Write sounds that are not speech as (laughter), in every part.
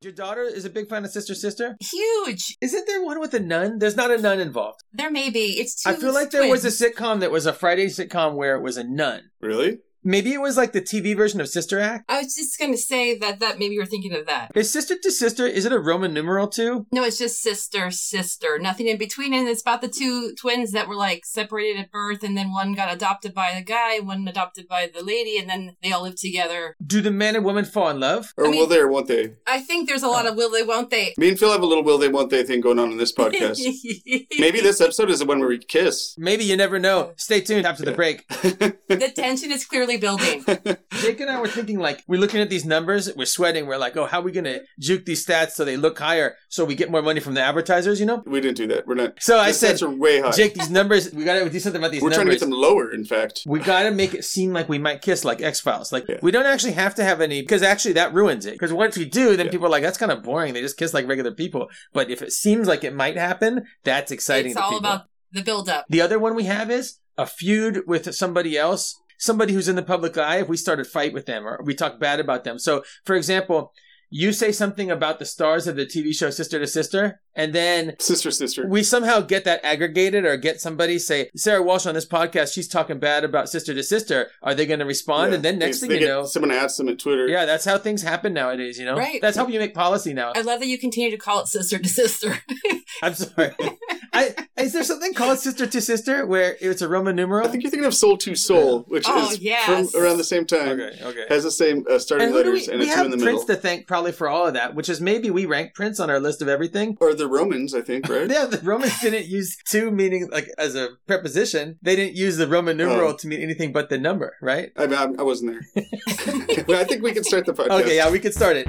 Your daughter is a big fan of Sister Sister. Huge. Isn't there one with a nun? There's not a nun involved. There may be. It's two. I feel like there was a twins. sitcom that was a Friday sitcom where it was a nun. Really? Maybe it was like the TV version of Sister Act. I was just gonna say that that maybe you're thinking of that. Is Sister to Sister? Is it a Roman numeral too? No, it's just sister, sister, nothing in between. And it's about the two twins that were like separated at birth, and then one got adopted by the guy, one adopted by the lady, and then they all live together. Do the man and woman fall in love? Or I mean- will they or won't they? I think there's a lot of will they, won't (laughs) they. Me and Phil have a little will they won't they thing going on (laughs) in this podcast. Maybe this episode is the one where we kiss. Maybe you never know. Stay tuned after the Yeah. (laughs) break. the tension is clearly building. Jake and I were thinking like we're looking at these numbers, we're sweating, we're like, oh, how are we gonna juke these stats so they look higher so we get more money from the advertisers, you know? we didn't do that. We're not. So I the said, stats are way high. Jake, these numbers, we gotta do something about these We're trying to numbers. get them lower. In fact, we gotta make it seem like we might kiss like X Files. Like Yeah. we don't actually have to have any because actually that ruins it. Because once we do, then Yeah. people are like, that's kind of boring. They just kiss like regular people. But if it seems like it might happen, that's (laughs) exciting. it's to all people. about the build up. The other one we have is a feud with somebody else, somebody who's in the public eye. If we start a fight with them or we talk bad about them. So, for example, you say something about the stars of the TV show Sister to Sister, and then sister, sister. we somehow get that aggregated or get somebody say Sarah Walsh on this podcast, she's talking bad about Sister to Sister. Are they going to respond? Yeah. And then next They- thing they you get- know, someone asks them at Twitter. yeah, that's how things happen nowadays. You know, Right. that's how you make policy now. I love that you continue to call it sister to sister. (laughs) I'm (laughs) sorry. I, is there something called Sister to Sister where it's a Roman numeral? I think you're thinking of Soul to Soul, which Oh, is yes. from around the same time. okay, okay. Has the same uh, starting who do letters we, and we a two have in the Prince to middle. thank probably for all of that, which is maybe we rank Prince on our list of everything. or the Romans, I think, right? (laughs) Yeah, the Romans didn't use two meaning like as a preposition. They didn't use the Roman numeral Oh. to mean anything but the number, right? I mean, I, I wasn't (laughs) there. (laughs) but I think we can start the podcast. Okay, yeah, we could start it.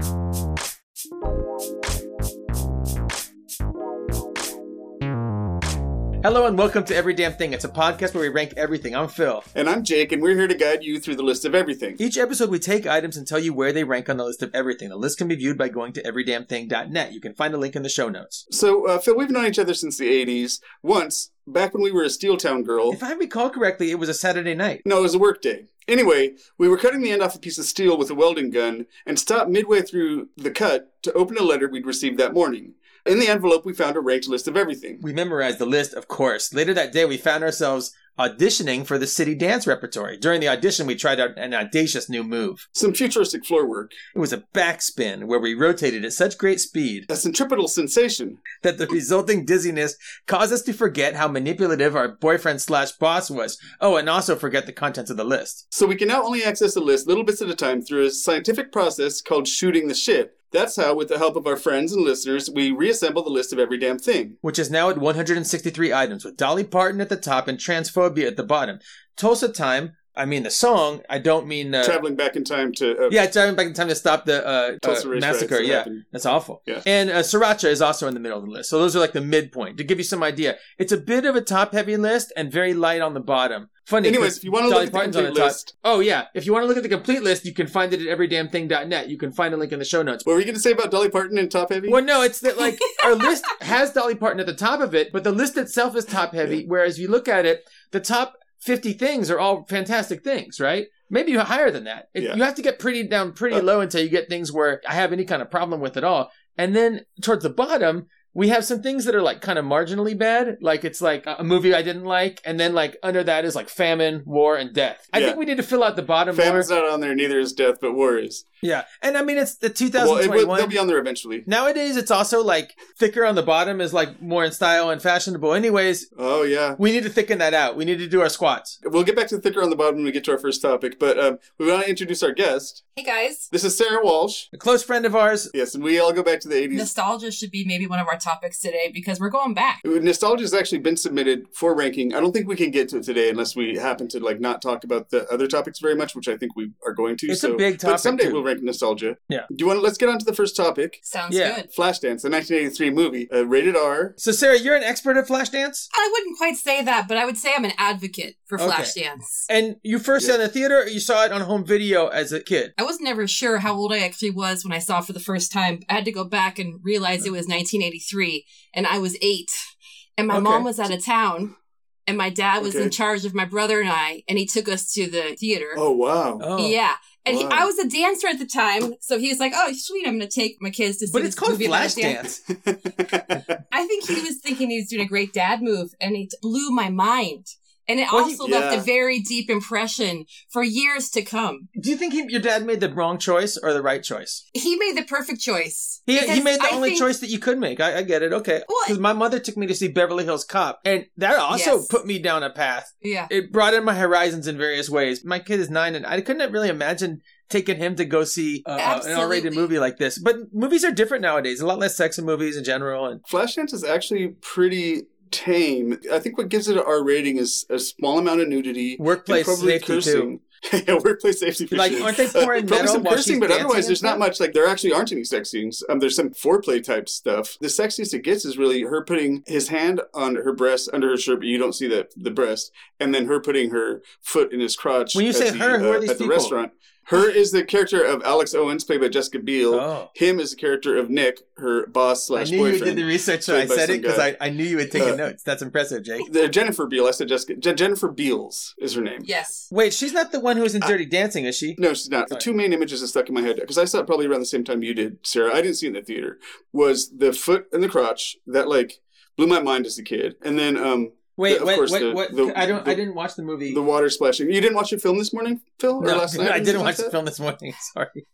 Hello and welcome to Every Damn Thing. It's a podcast where we rank everything. I'm Phil. And I'm Jake, and we're here to guide you through the list of everything. Each episode, we take items and tell you where they rank on the list of everything. The list can be viewed by going to everydamnthing.net. You can find a link in the show notes. So, uh, Phil, we've known each other since the 80s. Once, back when we were a Steel Town girl. If I recall correctly, it was a Saturday night. No, it was a work day. Anyway, we were cutting the end off a piece of steel with a welding gun and stopped midway through the cut to open a letter we'd received that morning. In the envelope, we found a ranked list of everything. We memorized the list, of course. Later that day, we found ourselves auditioning for the city dance repertory. During the audition, we tried out an audacious new move. Some futuristic floor work, It was a backspin where we rotated at such great speed a centripetal sensation, that the resulting dizziness caused us to forget how manipulative our boyfriend slash boss was. Oh, and also forget the contents of the list. So we can now only access the list little bits at a time through a scientific process called shooting the shit. That's how, with the help of our friends and listeners, we reassemble the list of every damn thing. Which is now at 163 items, with Dolly Parton at the top and transphobia at the bottom. Tulsa Time, I mean the song, I don't mean. Uh, Traveling back in time to uh, yeah, driving back in time to stop the uh, uh, Tulsa race massacre. riots that Yeah, happened. that's awful. Yeah. And uh, Sriracha is also in the middle of the list. So those are like the midpoint to give you some idea. It's a bit of a top-heavy list and very light on the bottom. Funny. 'cause Anyways, if you want to Dolly look at the Parton's on the complete top. list, Oh yeah, if you want to look at the complete list, you can find it at everydamnthing.net. You can find a link in the show notes. what were you going to say about Dolly Parton and Top Heavy? Well, no, it's that (laughs) like our list has Dolly Parton at the top of it, but the list itself is top heavy. Whereas you look at it, the top 50 things are all fantastic things, right? Maybe you're higher than that. It- Yeah. You have to get pretty down pretty Uh, low until you get things where I have any kind of problem with at all. And then towards the bottom, we have some things that are like kind of marginally bad. Like it's like a a movie I didn't like. And then like under that is like famine, war, and death. I Yeah. think we need to fill out the bottom more. Famine's not on there, neither is Death, but War is. Yeah. And I mean, it's the Well, it, 2021. will- they'll be on there eventually. Nowadays, it's also like thicker on the bottom is like more in style and fashionable. Anyways, Oh, yeah. we need to thicken that out. We need to do our squats. We'll get back to Thicker on the Bottom when we get to our first topic, but um, we want to introduce our guest. hey guys, This is Sarah Walsh. A close friend of ours, Yes, and we all go back to the 80s. nostalgia should be maybe one of our topics today because we're going back. Nostalgia has actually been submitted for ranking. I don't think we can get to it today unless we happen to like not talk about the other topics very much, which I think we are going to. It's a so, big But topic, someday too. we'll rank nostalgia. Yeah. Do you want? to Let's get on to the first topic. Sounds Yeah. good. Flashdance, the 1983 movie, uh, rated R. so Sarah, you're an expert at Flashdance, I wouldn't quite say that, but I would say I'm an advocate for Okay. Flashdance. and you first saw it in the theater. Or you saw it on home video as a kid. I was never sure how old I actually was when I saw it for the first time. I had to go back and realize it was 1983 and I was eight. And my Okay. mom was out of town and my dad was Okay. in charge of my brother and I and he took us to the theater. Oh wow! (laughs) Oh, Yeah. And he, Wow. I was a dancer at the time, so he was like, "Oh, sweet, I'm going to take my kids to see." But it's this called movie about a dance." Flashdance. I think he was thinking he was doing a great dad move, and it blew my mind. And it Well, he- also left Yeah. a very deep impression for years to come. Do you think he, your dad made the wrong choice or the right choice? He made the perfect choice. He, he Because made the I only think- choice that you could make. I, I get it. Okay. (laughs) Well, Because my mother took me to see Beverly Hills Cop, and that also Yes. put me down a path. Yeah. It brought in my horizons in various ways. My kid is nine, and I couldn't really imagine taking him to go see uh, an R rated Absolutely. movie like this. But movies are different nowadays. A lot less sex in movies in general. And Flashdance is actually pretty tame. I think what gives it an R rating is a small amount of nudity. and workplace probably safety, too. cursing. (laughs) yeah, workplace safety. for Like, sure. aren't they Uh, pouring (laughs) probably metal some while cursing, she's but dancing otherwise and there's stuff? not much. Like there actually aren't any sex scenes. Um, there's some foreplay type stuff. The sexiest it gets is really her putting his hand on her breast under her shirt, but you don't see the the breast, and then her putting her foot in his crotch. When you at say the, her, who are uh, these at the people? restaurant? Her is the character of Alex Owens, played by Jessica Biel. Oh. Him is the character of Nick, her boss I slash knew you did boyfriend. the research when played I by said some it because guy. I, I knew you had taken (laughs) Uh, notes. That's impressive, Jake. The Uh, Jennifer Beal. I said Jessica. Je- Jennifer Beals is her name. Yes. Wait, she's not the one who was in Dirty Dancing, is she? No, she's not. The Sorry. two main images that stuck in my head because I saw it probably around the same time you did, Sarah. I didn't see it in the theater. Was the foot and the crotch that like blew my mind as a kid, and then um Wait, of wait, course, what? the- what the- I don't. I the- didn't watch the movie. the water splashing. You didn't watch the film this morning, Phil, or No, last night? (laughs) or I something didn't like watch the that? film this morning. (laughs) Sorry.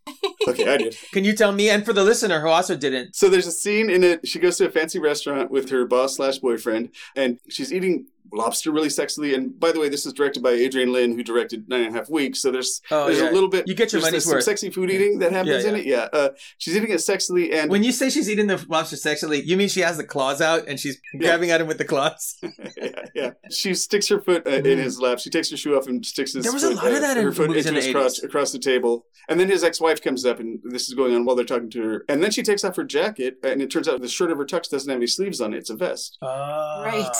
Okay, I did. Can you tell me and for the listener who also didn't? So there's a scene in it. She goes to a fancy restaurant with her boss slash boyfriend, and she's eating lobster really sexily. And by the way, this is directed by Adrian Lynn, who directed Nine and a Half Weeks. So there's Oh, there's yeah. a little bit You get your there's money's some worth. sexy food eating that happens Yeah, in it. Yeah, uh, she's eating it sexily, and When you say she's eating the lobster sexually, you mean she has the claws out and she's grabbing at him with the (laughs) claws. (laughs) yeah, yeah. She sticks her foot uh, in his lap. She takes her shoe off and sticks his Mm-hmm. There was a foot, lot of uh, that in her foot movies into in the his crotch across the table. And then his ex-wife comes up, and this is going on while they're talking to her. And then she takes off her jacket, and it turns out the shirt of her tux doesn't have any sleeves on it. It's a vest. Right. Right. Uh,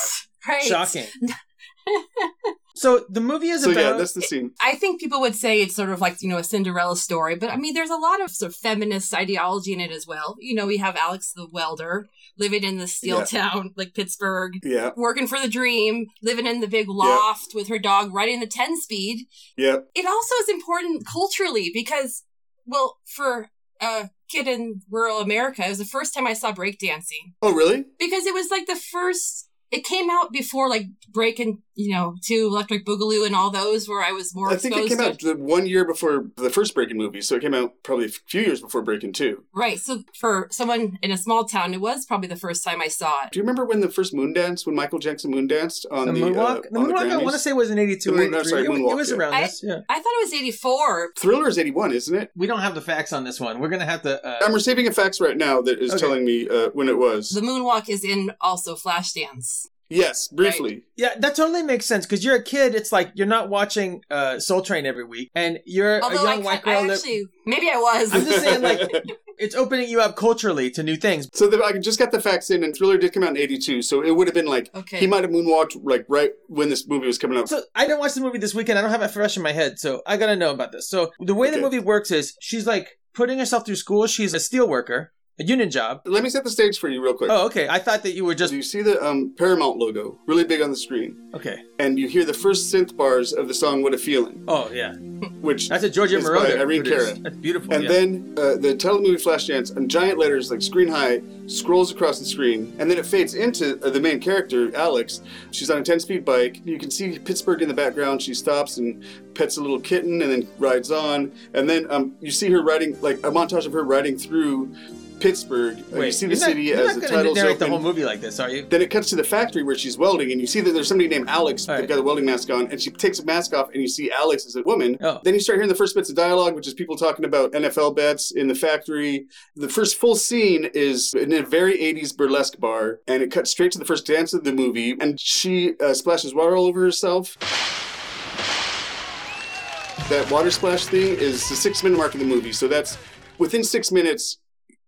Ah, Shocking. so the movie is so about. yeah, that's the scene. I think people would say it's sort of like, you know, a Cinderella story, but I mean, there's a lot of sort of feminist ideology in it as well. You know, we have Alex the welder living in the steel Yeah. town, like Pittsburgh, Yeah, working for the dream, living in the big loft with her dog, riding the 10 speed. yeah. It also is important culturally because, well, for a kid in rural America, it was the first time I saw breakdancing Oh, really? because it was like the first it came out before like breaking you know to electric boogaloo and all those where i was more I think it exposed came to out the one year before the first Breaking movie, so it came out probably a few years before Breaking Two. right so for someone in a small town it was probably the first time i saw it Do you remember when the first Moon Dance, when Michael Jackson Moon danced on the the, moonwalk. uh, the on moonwalk. the I want to Grammys? say was in '82 The or moon- I'm '83. sorry, it, was- it moonwalk, was yeah. around I- this. Yeah. i thought it was 84 Thriller is eighty one, isn't it? We don't have the facts on this one. We're gonna have to. Uh, I'm receiving a fax right now that is Okay. telling me uh, when it was. the moonwalk is in also flashdance yes, briefly. Yeah, that totally makes sense because you're a kid. It's like you're not watching uh, Soul Train every week, and you're although a I, young white ca- I girl. that- actually maybe i was I'm just saying, (laughs) like, it's opening you up culturally to new things. So the, I just got the fax in, and Thriller did come out in '82, so it would have been like (laughs) okay he might have moonwalked like right when this movie was coming out. So I didn't watch the movie this weekend. I don't have it fresh in my head, so I gotta know about this. So the way the Okay. movie works is she's like putting herself through school. She's a steel worker, a union job. Let me set the stage for you real quick. Oh, okay. I thought that you were just Do you see the um, Paramount logo really big on the screen? okay. And you hear the first synth bars of the song "What a Feeling," Oh yeah, which that's a Georgia It's by Moroder. Irene produced. Cara. That's beautiful. and yeah. then uh, the telemovie Flashdance in giant letters like screen high scrolls across the screen, and then it fades into uh, the main character, Alex. She's on a 10 speed bike. You can see Pittsburgh in the background. She stops and pets a little kitten and then rides on. And then um, you see her riding, like a montage of her riding through Pittsburgh. Uh, you see the you're not- city you're as not the gonna titles narrate open. the whole movie like this, are you? Then it cuts to the factory where she's welding, and you see that there's somebody named Alex. All They've right. got a welding mask on, and she takes a mask off, and you see Alex as a woman. Oh. Then you start hearing the first bits of dialogue, which is people talking about NFL bets in the factory. The first full scene is in a very 80s burlesque bar, and it cuts straight to the first dance of the movie, and she uh, splashes water all over herself. That water splash thing is the six minute mark of the movie, so that's within six minutes.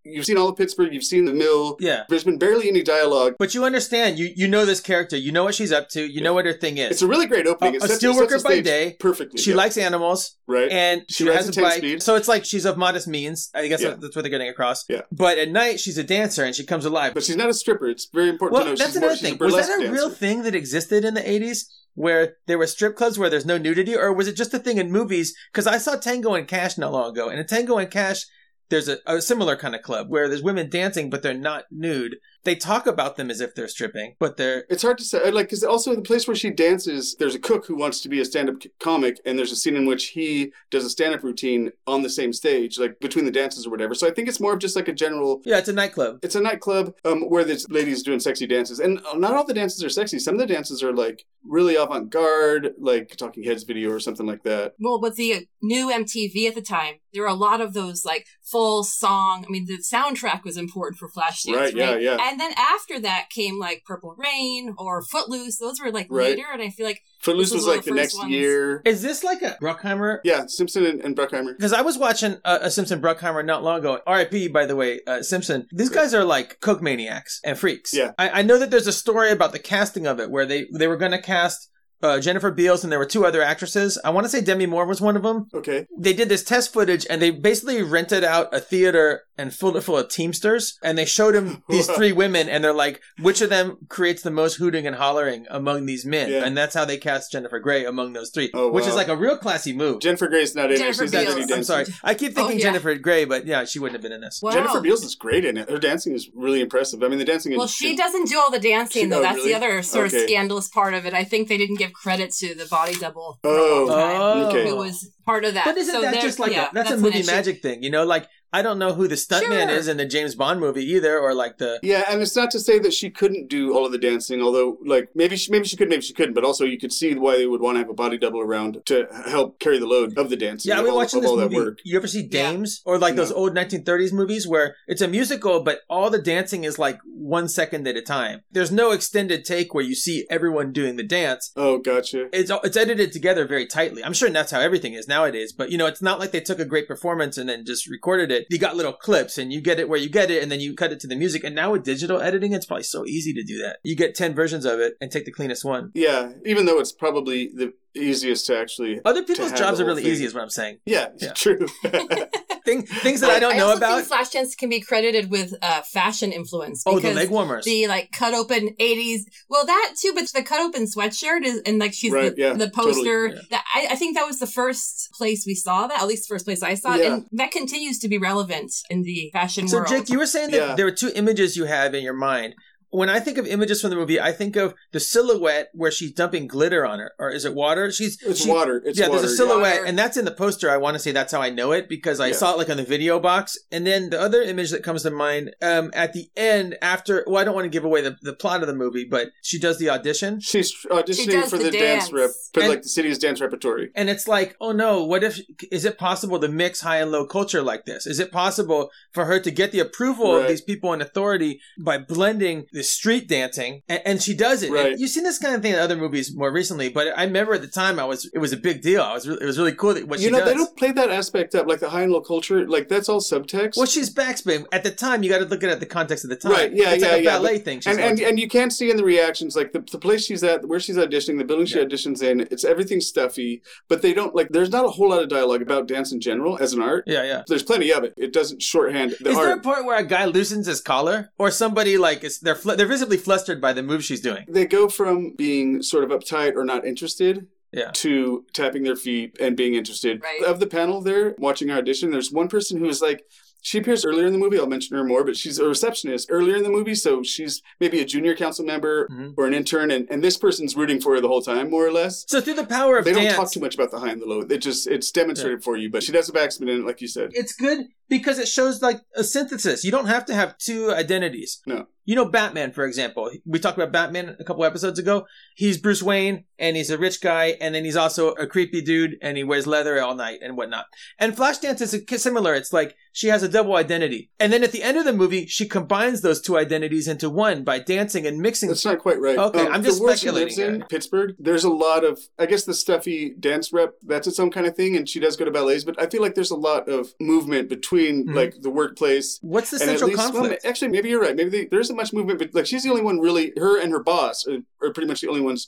You've seen all of Pittsburgh, you've seen the mill. Yeah. There's been barely any dialogue. But you understand, you you know this character, you know what she's up to, you know what her thing is. It's a really great opening. A- It a sets- steel it sets worker the by stage day. perfectly. she yeah, likes animals right. and she, She has rides a at 10 bike. speed. So it's like she's of modest means. I guess Yeah. that's what they're getting across. Yeah. But at night she's a dancer and she comes alive. but she's not a stripper. It's very important well, to know. that's she's more- another she's a thing. Was that burlesque a real dancer. thing that existed in the 80s? where there were strip clubs where there's no nudity, or was it just a thing in movies? Because I saw Tango and Cash not long ago, and in Tango and Cash, there's a, a similar kind of club where there's women dancing, but they're not nude. They talk about them as if they're stripping, but they're It's hard to say, like, because also the place where she dances, there's a cook who wants to be a stand-up c- comic, and there's a scene in which he does a stand-up routine on the same stage, like between the dances or whatever. So I think it's more of just like a general. yeah, it's a nightclub. It's a nightclub um, where there's ladies doing sexy dances, and uh, not all the dances are sexy. Some of the dances are like really avant-garde, like Talking Heads video or something like that. well with the new mtv at the time there were a lot of those like full song i mean the soundtrack was important for flashdance Right, yeah, yeah. and then after that came like purple rain or footloose those were like Right. later and i feel like Footloose This was was one like of the, the next first ones. year. Is this like a Bruckheimer Yeah, Simpson and, and Bruckheimer. Because I was watching uh, a Simpson Bruckheimer not long ago. R.I.P. By the way, uh, Simpson. These guys are like coke maniacs and freaks. Yeah. I, I know that there's a story about the casting of it where they they were going to cast uh, Jennifer Beals and there were two other actresses. I want to say Demi Moore was one of them. Okay. They did this test footage and they basically rented out a theater and filled it full of Teamsters and they showed (laughs) them these three women and they're like, which of them creates the most hooting and hollering among these men? Yeah. And that's how they cast Jennifer Grey amey those three, Oh, which is wow. like a real classy move. Jennifer Grey's not in it. Jennifer She's not Beals. I'm any I'm dancing. sorry. I keep thinking Oh, yeah. Jennifer Grey, but yeah, she wouldn't have been in this. wow. Jennifer Beals is great in it. Her dancing is really impressive. I mean, the dancing. well is she doesn't do all the dancing She- though oh, that's really? the other sort Okay. of scandalous part of it i think they didn't give credit to the body double for a Oh. long time, Oh. Okay. who was part of that But isn't So that there- just like yeah, a, that's, a an movie issue. magic thing? You know, like I don't know who the stuntman Sure. is in the James Bond movie either, or like the Yeah, and it's not to say that she couldn't do all of the dancing, although like maybe she maybe she could, maybe she couldn't, but also you could see why they would want to have a body double around to help carry the load of the dancing. yeah. of We're all, watching of this all movie. that work. You ever see Yeah. Dames or like those No. old 1930s movies where it's a musical, but all the dancing is like one second at a time. There's no extended take where you see everyone doing the dance. Oh, gotcha. it's it's edited together very tightly. I'm sure that's how everything is nowadays. But you know, it's not like they took a great performance and then just recorded it. You got little clips, and you get it where you get it, and then you cut it to the music. And now with digital editing, it's probably so easy to do that. You get ten versions of it and take the cleanest one. Yeah, even though it's probably the easiest to actually. Other people's have jobs the are whole really thing. easy, is what I'm saying. Yeah, Yeah. (laughs) true. (laughs) Thing, things that I, don't know also about. Think Flashdance can be credited with uh, fashion influence. Oh, the because leg warmers. The like cut open eighties. Well, that too, but the cut open sweatshirt is and like she's Right, the, yeah, the totally, poster. yeah. That, I, I think that was the first place we saw that, at least the first place I saw it, Yeah. and that continues to be relevant in the fashion So world. Jake, you were saying that Yeah. there were two images you have in your mind. When I think of images from the movie, I think of the silhouette where she's dumping glitter on her, or is it water? She's it's she- water. It's yeah, water. there's a silhouette, Water. and that's in the poster. I want to say that's how I know it because I Yeah. saw it like on the video box. And then the other image that comes to mind um, at the end, after well, I don't want to give away the, the plot of the movie, but she does the audition, She's auditioning She does for the the, dance, dance. rep, for And- like the city's dance repertory. and it's like, oh no, what if is it possible to mix high and low culture like this? Is it possible for her to get the approval Right. of these people in authority by blending the street dancing? And, and she does it. And Right. you've seen this kind of thing in other movies more recently, but I remember at the time I was it was a big deal. I was re- it was really cool that what You she know, does. they don't play that aspect up, like the high and low culture. Like that's all subtext. Well, she's backspin. At the time, you got to look at it at the context of the time. Right, yeah, it's yeah, like a yeah, ballet thing. She's and, and watching. and you can see in the reactions like the, the place she's at where she's auditioning the building she Yeah. auditions in it's everything stuffy but they don't like there's not a whole lot of dialogue about dance in general as an art yeah, yeah. there's plenty of it it doesn't shorthand the Is there a art part where a guy loosens his collar, or somebody like is, they're fl- they're visibly flustered by the move she's doing? they go from being sort of uptight or not interested Yeah. to tapping their feet and being interested Right. of the panel there watching her audition there's one person who is like she appears earlier in the movie. I'll mention her more, but she's a receptionist earlier in the movie, so she's maybe a junior council member Mhm. or an intern, and, and this person's rooting for her the whole time, more or less. So through the power of they dance, don't talk too much about the high and the low. It just it's demonstrated for you. But she does a backspin in it, like you said. it's good because it shows like a synthesis. You don't have to have two identities. No. You know, Batman, for example. We talked about Batman a couple episodes ago. He's Bruce Wayne and he's a rich guy and then he's also a creepy dude and he wears leather all night and whatnot. And Flashdance is similar. It's like she has a double identity. And then at the end of the movie, she combines those two identities into one by dancing and mixing. That's not quite right. Um, Okay, I'm just the world she speculating lives in, here. Pittsburgh. There's a lot of, I guess, the stuffy dance rep. That's its own kind of thing, and she does go to ballets. But I feel like there's a lot of movement between Mhm. like the workplace What's the and at central least- eh well, conflict? actually, maybe you're right. Maybe they, there isn't much movement, but like she's the only one really. Her and her boss are, are pretty much the only ones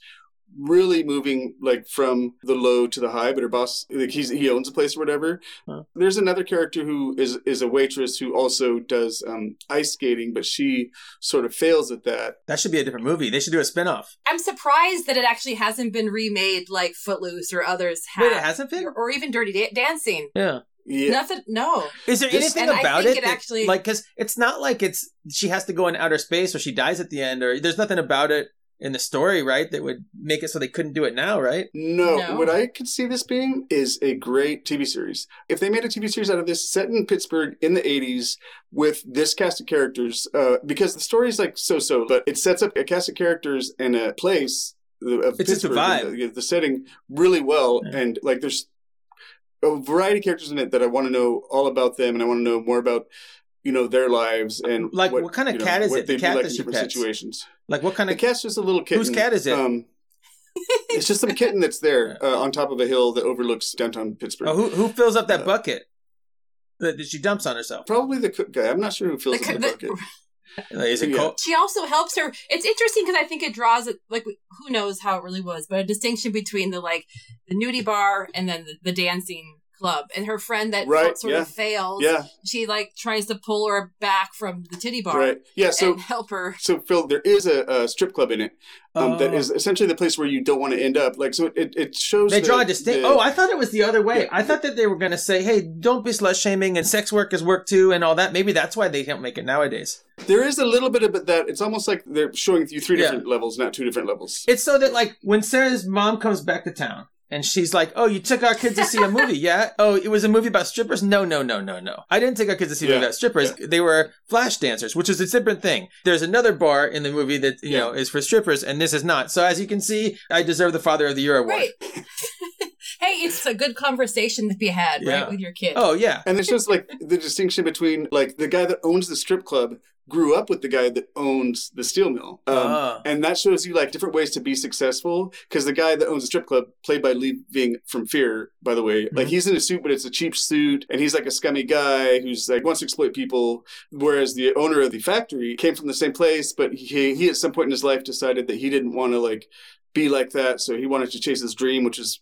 really moving like from the low to the high, but her boss like he's he owns a place or whatever. Huh. There's another character who is is a waitress who also does um, ice skating, but she sort of fails at that. That should be a different movie. They should do a spin off. I'm surprised that it actually hasn't been remade like Footloose or others have. Wait, it hasn't been? Or, or even Dirty Da- Dancing. Yeah. Yeah. Nothing. No. Is there This- anything And I about think it, it that- actually- like because it's not like it's she has to go in outer space or she dies at the end or there's nothing about it in the story right that would make it so they couldn't do it now right? No, No. what I could see this being is a great TV series. If they made a TV series out of this, set in Pittsburgh in the 80s with this cast of characters, uh, because the story is like so so, but it sets up a cast of characters and a place the- of It's just a Pittsburgh, and The, the setting really well. Yeah. And like there's a variety of characters in it that I want to know all about them and I want to know more about. You know their lives and Like, what kind of you know, cat is what it? The they'd be cat like that in she different pets? situations. Like what kind The of cat's just a little kitten. whose cat is it? Um, it's just some kitten that's there uh, on top of a hill that overlooks downtown Pittsburgh. oh, who who fills up that Uh, bucket that, that she dumps on herself? Probably the cook guy. I'm not sure who fills The in the cook- bucket. Like, is it Yeah. Col- She also helps her. It's interesting because I think it draws it like who knows how it really was, but a distinction between the like the nudie bar and then the, the dancing club and her friend that Right, sort of fails. Yeah, She like tries to pull her back from the titty bar right. Yeah, so and help her. so Phil, there is a, a strip club in it um, that Oh. is essentially the place where you don't want to end up. Like, so it, it shows They the- draw a distinct. the- oh, I thought it was the other way. Yeah. I thought that they were going to say, "Hey, don't be slut shaming and sex work is work too and all that." Maybe that's why they don't make it nowadays. there is a little bit of that. It's almost like they're showing you three Yeah. different levels, not two different levels. It's so that like when Sarah's mom comes back to town and she's like, "Oh, you took our kids to see a (laughs) movie, yeah? Oh, it was a movie about strippers? No, no, no, no, no. I didn't take our kids to see a movie Yeah. about strippers. They were flash dancers, which is a different thing. There's another bar in the movie that you Yeah. know is for strippers, and this is not. So as you can see, I deserve the Father of the Year award. (laughs) Right. hey, it's a good conversation to be had, Yeah. right, with your kid. Oh yeah. And it's just like the distinction between like the guy that owns the strip club grew up with the guy that owns the steel mill. Um, Ah. And that shows you like different ways to be successful. Because the guy that owns the strip club, played by Leaving from Fear, by the way, like Mhm. he's in a suit, but it's a cheap suit, and he's like a scummy guy who's like wants to exploit people. Whereas the owner of the factory came from the same place, but he he at some point in his life decided that he didn't want to like be like that, so he wanted to chase his dream, which is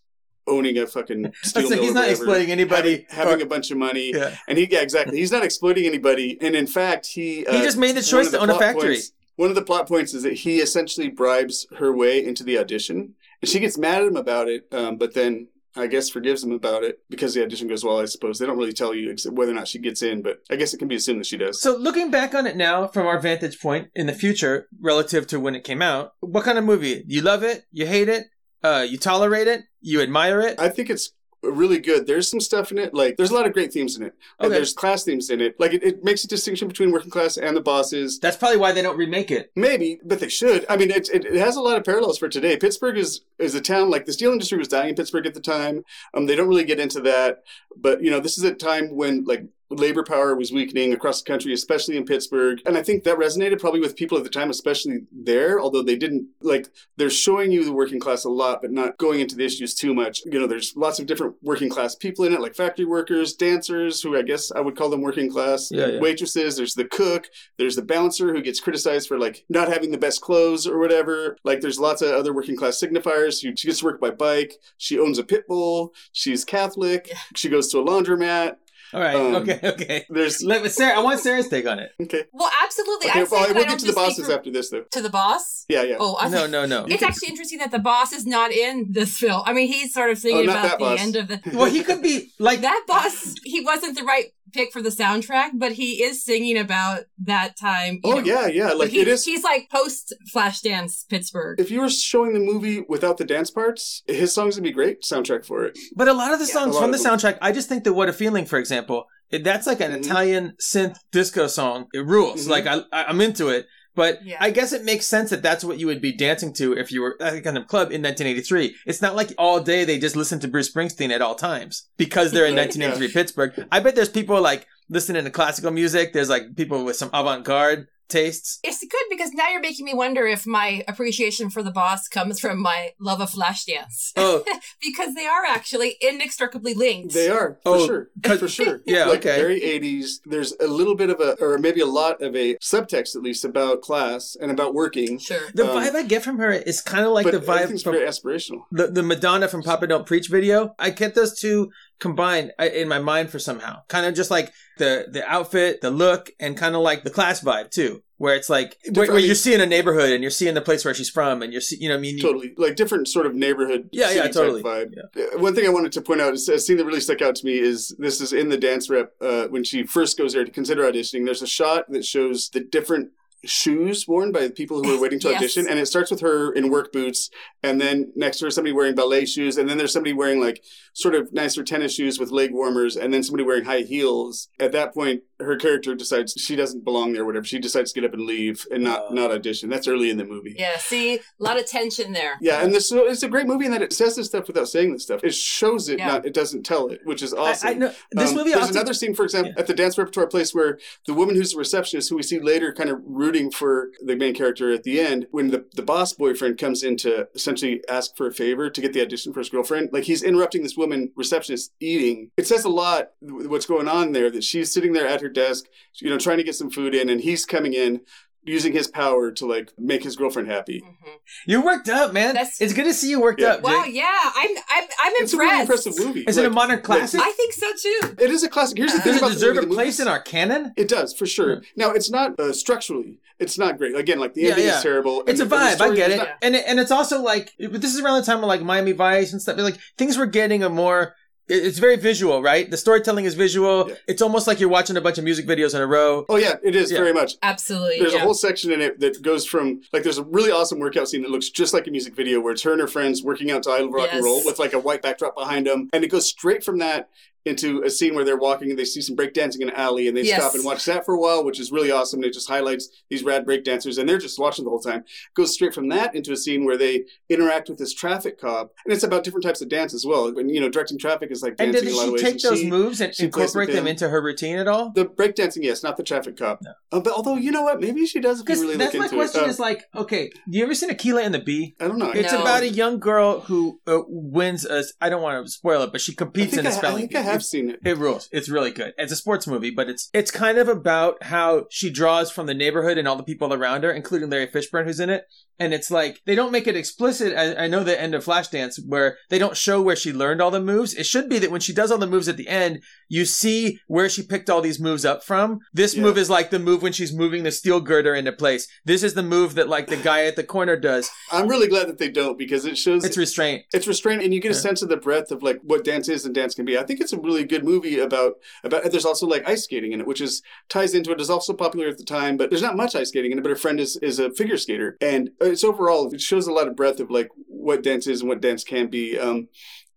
owning a fucking steel (laughs) So mill. he's or not whatever, exploiting anybody. having, having or- a bunch of money. yeah. And he, yeah, exactly. He's not exploiting anybody. And in fact, he uh, He just made the one choice of the to own a plot factory. points- one of the plot points is that he essentially bribes her way into the audition, and she gets mad at him about it. Um, but then I guess forgives him about it because the audition goes well. I suppose they don't really tell you ex- whether or not she gets in, but I guess it can be assumed that she does. So looking back on it now from our vantage point in the future relative to when it came out, what kind of movie? You love it? You hate it? Uh, you tolerate it? You admire it? I think it's really good. There's some stuff in it. Like there's a lot of great themes in it. And Okay. There's class themes in it. Like it, it makes a distinction between working class and the bosses. That's probably why they don't remake it. Maybe, but they should. I mean, it, it, it has a lot of parallels for today. Pittsburgh is is a town like the steel industry was dying in Pittsburgh at the time. Um, they don't really get into that, but you know, this is a time when like labor power was weakening across the country, especially in Pittsburgh, and I think that resonated probably with people at the time, especially there. Although they didn't like, they're showing you the working class a lot, but not going into the issues too much. You know, there's lots of different working class people in it, like factory workers, dancers, who I guess I would call them working class, Yeah, yeah. waitresses. There's the cook. There's the bouncer who gets criticized for like not having the best clothes or whatever. Like there's lots of other working class signifiers. She, she gets to work by bike. She owns a pit bull. She's Catholic. She goes to a laundromat. All right. (laughs) Um, okay. Okay. There's Let Sarah. I want Sarah's take on it. okay. Well, absolutely. Okay, I well, say that I we'll don't get to the just speak bosses for- after this though. to the boss. Yeah, yeah. Oh, I (laughs) No. No. No. It's actually interesting that the boss is not in this film. I mean, he's sort of thinking Oh, not that about the boss. end of the Well, he (laughs) could be like that boss. He wasn't the right pick for the soundtrack, but he is singing about that time. you Oh know. yeah, yeah. But Like he- it is. He's like post Flashdance Pittsburgh. If you were showing the movie without the dance parts, his songs would be great soundtrack for it. But a lot of the Yeah, songs a lot from the of soundtrack, I just think that "What a Feeling," for example, it- that's like an Mhm. Italian synth disco song. It rules. Mhm. Like I, I- I'm into it. But Yeah. I guess it makes sense that that's what you would be dancing to if you were at a kind of club in 1983. It's not like all day they just listen to Bruce Springsteen at all times because they're in Yeah. 1983 Pittsburgh. I bet there's people like listening to classical music. There's like people with some avant garde tastes? Yes, it could because now you're making me wonder if my appreciation for the boss comes from my love of Flashdance Oh, because they are actually inextricably linked. They are for Oh, sure, cut- for sure. (laughs) yeah, like okay. very eighties. There's a little bit of a, or maybe a lot of a subtext at least about class and about working. sure. the Um, vibe I get from her is kind of like but the vibe everything's from very aspirational. the, the Madonna from Papa Don't Preach video. I get those two combined uh, in my mind for somehow. Kind of just like the the outfit, the look, and kind of like the class vibe too, where it's like where, where you're seeing a neighborhood and you're seeing the place where she's from, and you're see, you know, what I mean, You- Totally, like different sort of neighborhood. Yeah, yeah, city type totally. Vibe. Uh, One thing I wanted to point out is a scene that really stuck out to me is this is in the dance rep uh, when she first goes there to consider auditioning. There's a shot that shows the different shoes worn by the people who are waiting to Yes. audition, and it starts with her in work boots, and then next to her somebody wearing ballet shoes, and then there's somebody wearing like sort of nicer tennis shoes with leg warmers, and then somebody wearing high heels. At that point, her character decides she doesn't belong there, or whatever. She decides to get up and leave and not Oh. not audition. That's early in the movie. Yeah, see, a lot of tension there. Yeah, and this it's a great movie in that it says this stuff without saying this stuff. It shows it, Yeah. not it doesn't tell it, which is I- awesome. I, know this Um, movie. There's often- another scene, for example, at the dance repertoire place where the woman who's the receptionist, who we see later, kind of rooting for the main character at the end, when the, the boss boyfriend comes in to essentially ask for a favor to get the audition for his girlfriend. Like he's interrupting this woman receptionist eating. It says a lot th- what's going on there that she's sitting there at her desk, you know, trying to get some food in, and he's coming in using his power to like make his girlfriend happy. Mhm. You're worked up, man. That's- it's good to see you worked Yeah. up. Wow, Jake. yeah, I'm I'm I'm It's a really impressed. impressive movie. Is it a Like, modern classic? I think so too. It is a classic. Here's the thing Does it about deserve the a movie. The place movie's- in our canon? It does for sure. Now it's not uh, structurally. It's not great. Again, like the Yeah, ending yeah. is terrible. and It's a the- and the vibe. I story get is it, not- and it, and it's also like, but this is around the time of like Miami Vice and stuff. Like things were getting a more. it- It's very visual, right? The storytelling is visual. Yeah. It's almost like you're watching a bunch of music videos in a row. Oh yeah, it is Yeah. very much. Absolutely. There's yeah. a whole section in it that goes from like there's a really awesome workout scene that looks just like a music video where it's her and her friends working out to "I Love Rock and Yes. Roll" with like a white backdrop behind them, and it goes straight from that into a scene where they're walking and they see some breakdancing in an alley and they Yes. stop and watch that for a while, which is really awesome. And it just highlights these rad breakdancers and they're just watching the whole time. Goes straight from that into a scene where they interact with this traffic cop, and it's about different types of dance as well. And you know, directing traffic is like And did dancing in a lot of she ways. take And those she- moves and she plays incorporate with them him. into her routine at all? the breakdancing, yes, not the traffic cop. Uh, but although you know what, maybe she does. If you Because really that's look my into question. it. Uh, is like, okay, you ever seen Aquila and the Bee? I don't know. It's No. about a young girl who uh, wins. A, I don't want to spoil it, but she I competes think, in I, a I spelling. think I bee. have seen it. It rules. It's really good. It's a sports movie, but it's it's kind of about how she draws from the neighborhood and all the people around her, including Larry Fishburne, who's in it. And it's like they don't make it explicit. I, I know the end of Flashdance where they don't show where she learned all the moves. It should be that when she does all the moves at the end, you see where she picked all these moves up from. This Yeah. move is like the move when she's moving the steel girder into place. This is the move that like the guy at the corner does. I'm really glad that they don't because it shows It's it's, restraint. restraint, and you get a Yeah. sense of the breadth of like what dance is and dance can be. I think it's a really good movie about about. And there's also like ice skating in it, which is ties into it. Is also popular at the time, but there's not much ice skating in it. But her friend is is a figure skater, and it's overall it shows a lot of breadth of like what dance is and what dance can be. Um,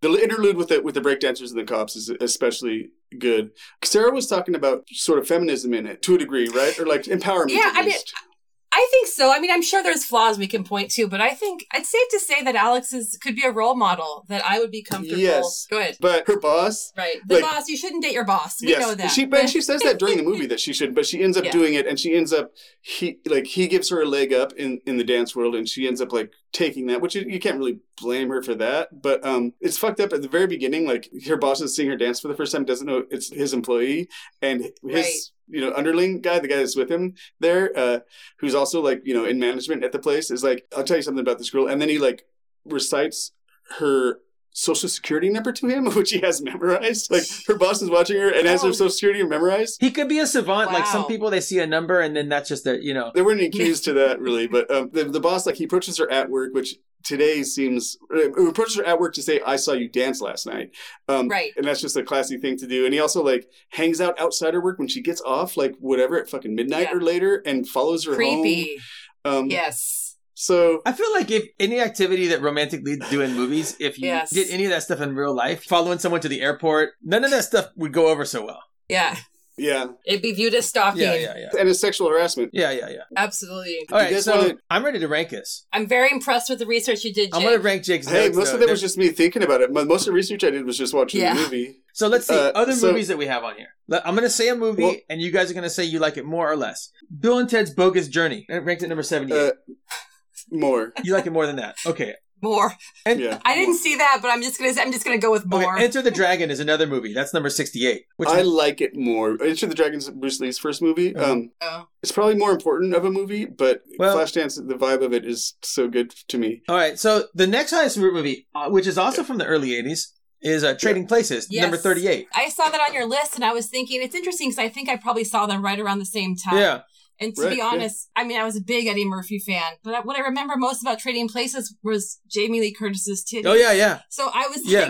the interlude with the with the breakdancers and the cops is especially good. Sarah was talking about sort of feminism in it to a degree, right? Or like empowerment. Yeah, at I mean, least. I think so. I mean, I'm sure there's flaws we can point to, but I think it's safe to say that Alex is could be a role model that I would be comfortable. Yes. Good. but her boss Right. The Like- boss. You shouldn't date your boss. We know that. She, but she says that during the movie that she should, but she ends up Yeah. doing it, and she ends up he like he gives her a leg up in in the dance world, and she ends up like taking that, which you, you can't really blame her for that. But um, it's fucked up at the very beginning. Like her boss is seeing her dance for the first time, doesn't know it's his employee, and his. Right. You know, underling guy, the guy that's with him there, uh, who's also like, you know, in management at the place, is like, I'll tell you something about this girl. And then he like recites her social security number to him, (laughs) which he has memorized. Like her boss is watching her and has her Oh. social security memorized. He could be a savant. Like some Wow. people, they see a number and then that's just their, you know. There (laughs) weren't any cues to that really, but um, the, the boss like he approaches her at work, which today seems uh, approaches her at work to say, "I saw you dance last night." (laughs) Um, Right. And that's just a classy thing to do. And he also like hangs out outside her work when she gets off, like whatever at fucking midnight Yeah. or later, and follows her home. Creepy. Um, Yes. So I feel like if any activity that romantic leads do in movies, if you Yes. did any of that stuff in real life, following someone to the airport, none of that stuff would go over so well. Yeah. yeah, It'd be viewed as stalking. Yeah, yeah, yeah. and it's sexual harassment. Yeah, yeah, yeah. Absolutely. All you right, guys so wanna- I'm ready to rank this. I'm very impressed with the research you did. Jake. I'm going to rank Jake's Hey, notes, most though. of that was just me thinking about it. Mo- Most of the research I did was just watching Yeah. the movie. So let's see Uh, other so- movies that we have on here. Le- I'm going to say a movie, Well- and you guys are going to say you like it more or less. Bill and Ted's Bogus Journey uh, ranked at number 78. Uh, more. you like it more than that. Okay. More. And Yeah. I didn't see that, but I'm just gonna. I'm just gonna go with more. Okay, Enter the Dragon is another movie. That's number 68. Which I like it more. Enter the Dragons, Bruce Lee's first movie. Um, Oh. it's probably more important of a movie, but Uh-huh. Well- Flashdance, the vibe of it is so good to me. All right. So the next highest movie, uh, which is also from the early 80s, is uh, Trading Places, Yes. number 38. I saw that on your list, and I was thinking it's interesting because I think I probably saw them right around the same time. Yeah. And to Right, be yeah. honest, I mean, I was a big Eddie Murphy fan, but I- what I remember most about Trading Places was Jamie Lee Curtis's titty. Oh, yeah, yeah. So I was Yeah.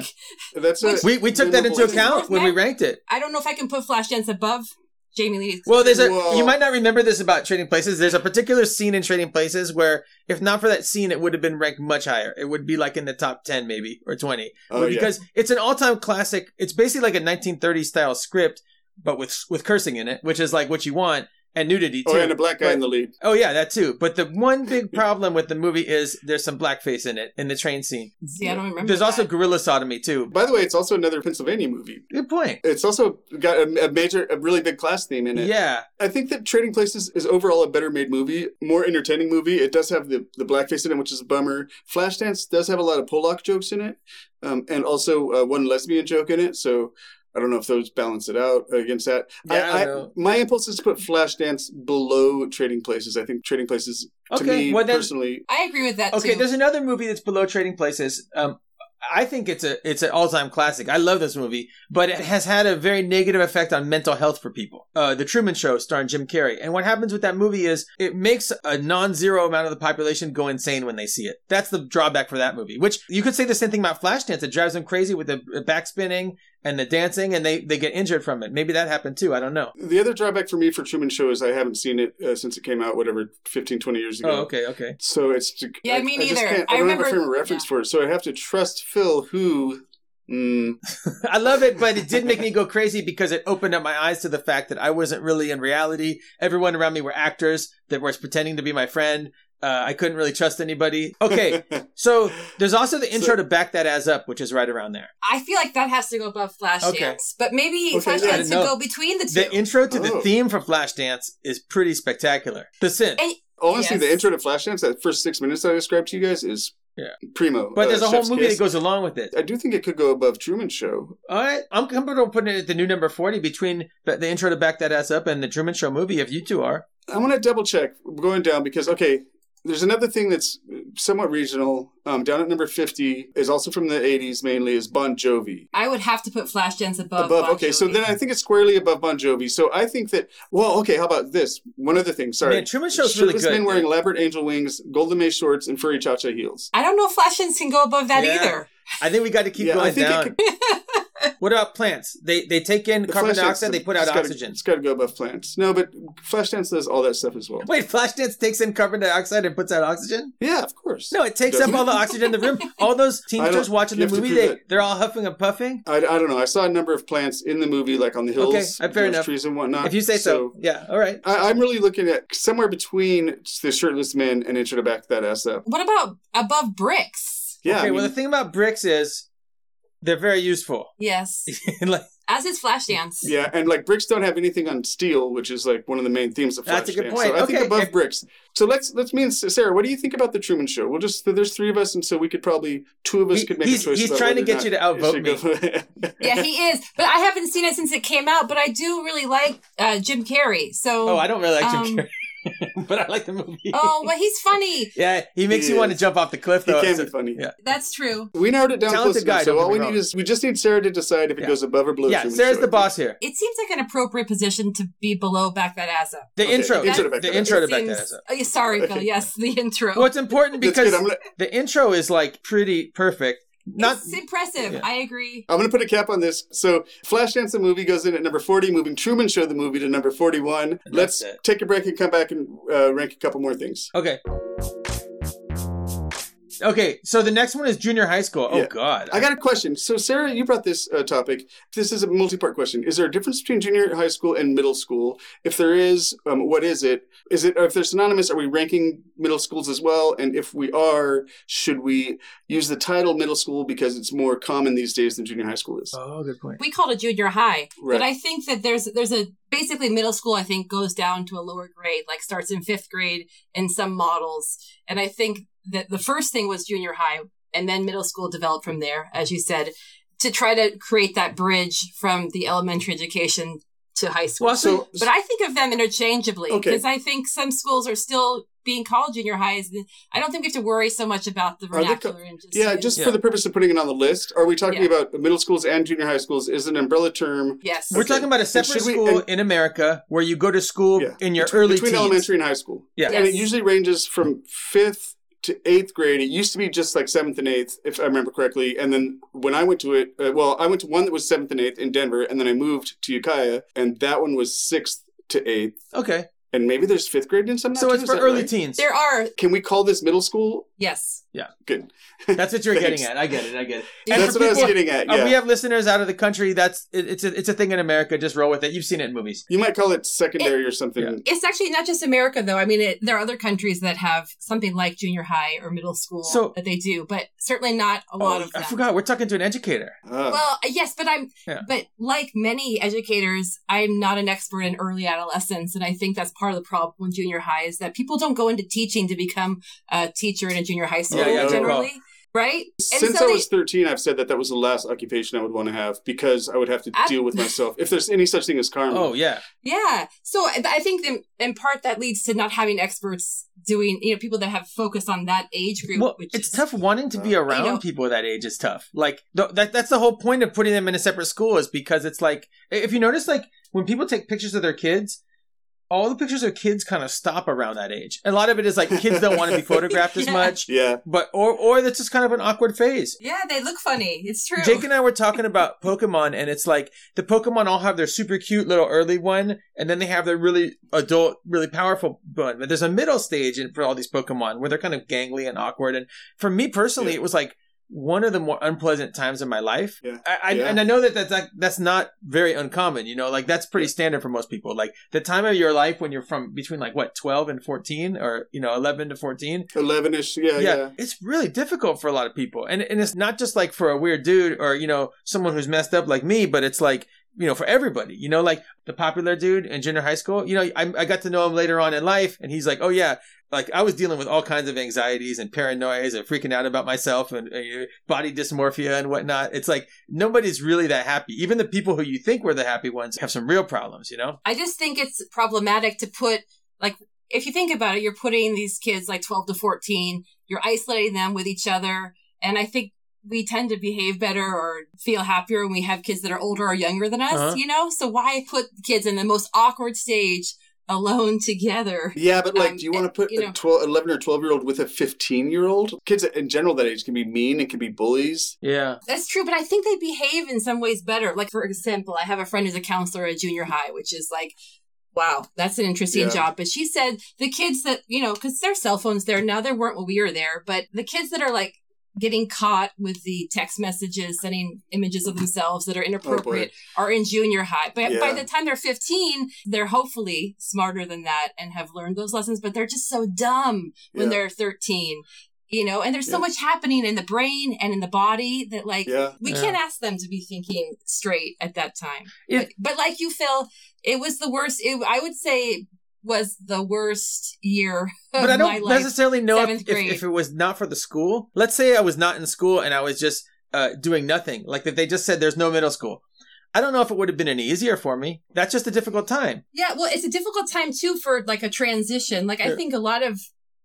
like, That's a, We, we took that into memorable- account when we ranked it. I don't know if I can put Flashdance above Jamie Lee. Well, there's a Whoa. you might not remember this about Trading Places. There's a particular scene in Trading Places where, if not for that scene, it would have been ranked much higher. It would be like in the top ten, maybe or twenty, Oh, yeah. because it's an all-time classic. It's basically like a 1930s style script, but with with cursing in it, which is like what you want, and nudity too. Oh, and a black guy But- in the lead. Oh yeah, that too. But the one big problem with the movie is there's some blackface in it in the train scene. See, I don't remember. There's also that. gorilla sodomy too. By the way, it's also another Pennsylvania movie. Good point. It's also got a, a major, a really big class theme in it. Yeah, I think that Trading Places is overall a better made movie, more entertaining movie. It does have the, the blackface in it, which is a bummer. Flashdance does have a lot of Pollock jokes in it, um, and also uh, one lesbian joke in it. So I don't know if those balance it out against that. Yeah, I don't know. my impulse is to put Flashdance below Trading Places. I think Trading Places, to Okay, me well then- personally, I agree with that Okay, too. there's another movie that's below Trading Places. Um, I think it's a it's an all time classic. I love this movie, but it has had a very negative effect on mental health for people. Uh, the Truman Show, starring Jim Carrey. And what happens with that movie is it makes a non-zero amount of the population go insane when they see it. That's the drawback for that movie. Which you could say the same thing about Flashdance. It drives them crazy with the back spinning and the dancing, and they they get injured from it. Maybe that happened too. I don't know. the other drawback for me for Truman Show is I haven't seen it uh, since it came out, whatever, 15, 20 years ago. Oh, okay, okay. So it's Yeah, me I, neither. just can't, I, I don't remember- have a frame of reference for it, so I have to trust Phil, who. Mm, I love it, but it did make me go crazy because it opened up my eyes to the fact that I wasn't really in reality. Everyone around me were actors that was pretending to be my friend. Uh, I couldn't really trust anybody. (laughs) (laughs) Okay, so there's also the intro So- to back that ass up, which is right around there. I feel like that has to go above Flashdance, Okay. but maybe Okay, yeah, I Flashdance didn't should know. go between the two. The intro to the Oh. theme for Flashdance is pretty spectacular. The synth, honestly, the Yes. intro to Flashdance, that first six minutes that I described to you guys, is Yeah. primo. but there's uh, a whole chef's movie kiss. that goes along with it. I do think it could go above Truman Show. All right, I'm comfortable putting it at the new number forty between the the intro to back that ass up and the Truman Show movie. If you two are, I want to double check going down because okay, there's another thing that's somewhat regional. Um, down at number fifty is also from the '80s mainly is Bon Jovi. I would have to put Flashdance above. above. Bon okay, so Jovi. then I think it's squarely above Bon Jovi. So I think that. Well, okay. How about this? One other thing. Sorry. man, Truman Show's really Shirtless good. men wearing man. elaborate angel wings, golden mace shorts, and furry cha cha heels. I don't know if Flashdance can go above that Yeah. either. I think we got to keep Yeah, I going think it down. (laughs) what about plants? They they take in The carbon Flashdance- dioxide, they put out it's gotta- oxygen. It's got to go above plants. No, but Flashdance does all that stuff as well. Wait, Flashdance takes in carbon dioxide and puts out oxygen? Yeah, of course. No, it takes up (laughs) all the oxygen in the room. All those teenagers watching you the have to movie, prove they, it. they're all huffing and puffing. I, I don't know. I saw a number of plants in the movie, like on the hills, Okay, uh, fair those enough. trees and whatnot. If you say so. Yeah, all right. I, I'm really looking at somewhere between the shirtless men and intro to back that ass up. What about above bricks? Yeah, okay, I mean, well, the thing about bricks is they're very useful. (laughs) Yes, And, like, as is Flashdance. yeah, and like bricks don't have anything on steel, which is like one of the main themes of That's a good Flashdance. point. So I Okay, think above if- bricks. So let's let's mean Sarah. What do you think about the Truman Show? We'll just there's three of us, and so we could probably two of us He- could make he's- a choice. he's about trying to whether or get you not to outvote it should go- (laughs) Yeah, he is. But I haven't seen it since it came out. But I do really like uh, Jim Carrey. So Oh, I don't really like Jim Um, Carrey, (laughs) but I like the movie. (laughs) oh, well, he's funny. yeah, he makes He you want to is. jump off the cliff, he though. can So- be funny. yeah. That's true. We narrowed it down Talented close enough, guy, so don't all get we me wrong. need is we just need Sarah to decide if it Yeah. goes above or below. yeah, Truman Sarah's Show, the I boss here. It seems like an appropriate position to be below back that ass up. The Okay, intro. intro to the back that intro to It back that seems- ass up. Oh, yeah, sorry, Phil. Yes, the intro. Well, it's important think. That's because good. I'm gonna the intro is like pretty perfect. Not it's impressive. Yeah. I agree. I'm gonna put a cap on this. So Flashdance the movie goes in at number 40, moving Truman Show the movie to number 41. And that's Let's it. take a break and come back and uh, rank a couple more things. okay. Okay, so the next one is junior high school. Oh Yeah. God, I got a question. So, Sarah, you brought this uh, topic. This is a multi part question. Is there a difference between junior high school and middle school? If there is, um, what is it? Is it, if they're synonymous, are we ranking middle schools as well? And if we are, should we use the title middle school because it's more common these days than junior high school is? Oh, good point. we called it junior high Right. but i think that there's there's a basically middle school i think goes down to a lower grade like starts in fifth grade in some models and i think that the first thing was junior high and then middle school developed from there as you said to try to create that bridge from the elementary education to high school Well, So, so but I think of them interchangeably Okay. because I think some schools are still being called junior highs. I don't think we have to worry so much about the Are they co- vernacular and just yeah, just for Yeah. the purpose of putting it on the list, are we talking Yeah. about middle schools and junior high schools? Is it an umbrella term yes. we're Okay. talking about a separate should we- school and- in America where you go to school Yeah. in your between, early between teens. elementary and high school? Yeah. Yeah. and it Yes. usually ranges from fifth to eighth grade. It used to be just like seventh and eighth, if I remember correctly. And then when I went to it, uh, well, I went to one that was seventh and eighth in Denver, and then I moved to Ukiah, and that one was sixth to eighth. Okay, And maybe there's fifth grade in some. now, so too, it's is for that early right? teens. There are Can we call this middle school? yes. Good. That's what you're Thanks. getting at. I get it. I get it. And That's for what I was people- getting at. Uh, Yeah. we have listeners out of the country. That's it, it's a, it's a thing in America. Just roll with it. You've seen it in movies. you might call it secondary or something. Yeah. It's actually not just America, though. I mean, it, there are other countries that have something like junior high or middle school So- that they do, but certainly not a lot Oh, of I them. forgot. We're talking to an educator. Ah. Well, uh, yes, but I'm, Yeah. but like many educators, I'm not an expert in early adolescence, and I think that's part of the problem with junior high is that people don't go into teaching to become a teacher in a junior high school Yeah, yeah, good generally, right? Since so I they- was 13, I've said that that was the last occupation I would want to have because I would have to I- deal with myself. If there's any such thing as karma. Oh yeah. Yeah. So uh, I I think in, in part that leads to not having experts doing, you know, people that have focused on that age group. Well, which it's is, tough wanting to be Uh, around you know- people that age is tough. Like th- that that's the whole point of putting them in a separate school is because it's like if you notice like when people take pictures of their kids all the pictures of kids kind of stop around that age. A lot of it is like kids don't (laughs) want to be photographed as Yeah. much, Yeah. but or or that's just kind of an awkward phase. Yeah, they look funny. It's true. Jake and I were talking about Pokemon, and it's like the Pokemon all have their super cute little early one, and then they have their really adult, really powerful one. But there's a middle stage in, for all these Pokemon where they're kind of gangly and awkward. And for me personally, Yeah. it was like one of the more unpleasant times in my life. Yeah. I, I, Yeah. And I know that that's, like, that's not very uncommon, you know, like that's pretty standard for most people. Like the time of your life when you're from between like what, 12 and 14 or, you know, 11 to 14, 11 ish. Yeah. Yeah. it's really difficult for a lot of people, and and it's not just like for a weird dude or you know someone who's messed up like me, but it's like you know for everybody. You know, like the popular dude in junior high school. You know, I, I got to know him later on in life, and he's like, oh yeah, like I was dealing with all kinds of anxieties and paranoias and freaking out about myself and uh, body dysmorphia and whatnot. It's like nobody's really that happy. Even the people who you think were the happy ones have some real problems. You know? I just think it's problematic to put like if you think about it, you're putting these kids like 12 to 14, you're isolating them with each other, and I think we tend to behave better or feel happier when we have kids that are older or younger than us, Uh-huh. you know? So why put kids in the most awkward stage alone together? Yeah, but like, Um, do you want to put you know- a 12, 11 or 12 year old with a 15 year old? Kids in general that age can be mean and can be bullies. Yeah. That's true, but I think they behave in some ways better. Like, for example, I have a friend who's a counselor at junior high, which is like, wow, that's an interesting Yeah. job. But she said the kids that, you know, because their cell phones there now, there weren't when we were there, but the kids that are like getting caught with the text messages, sending images of themselves that are inappropriate are in junior high. But by Oh, Yeah. the time they're 15, they're hopefully smarter than that and have learned those lessons, but they're just so dumb when Yeah. they're 13 you know and there's so Yeah. much happening in the brain and in the body that like Yeah. we Yeah. can't ask them to be thinking straight at that time Yeah. but, but like you phil it was the worst it, i would say was the worst year of but I my don't life necessarily know if, seventh if, grade. if it was not for the school. Let's say I was not in school and I was just uh, doing nothing. Like that they just said there's no middle school. I don't know if it would have been any easier for me. That's just a difficult time. yeah well it's a difficult time too for like a transition like Yeah. i think a lot of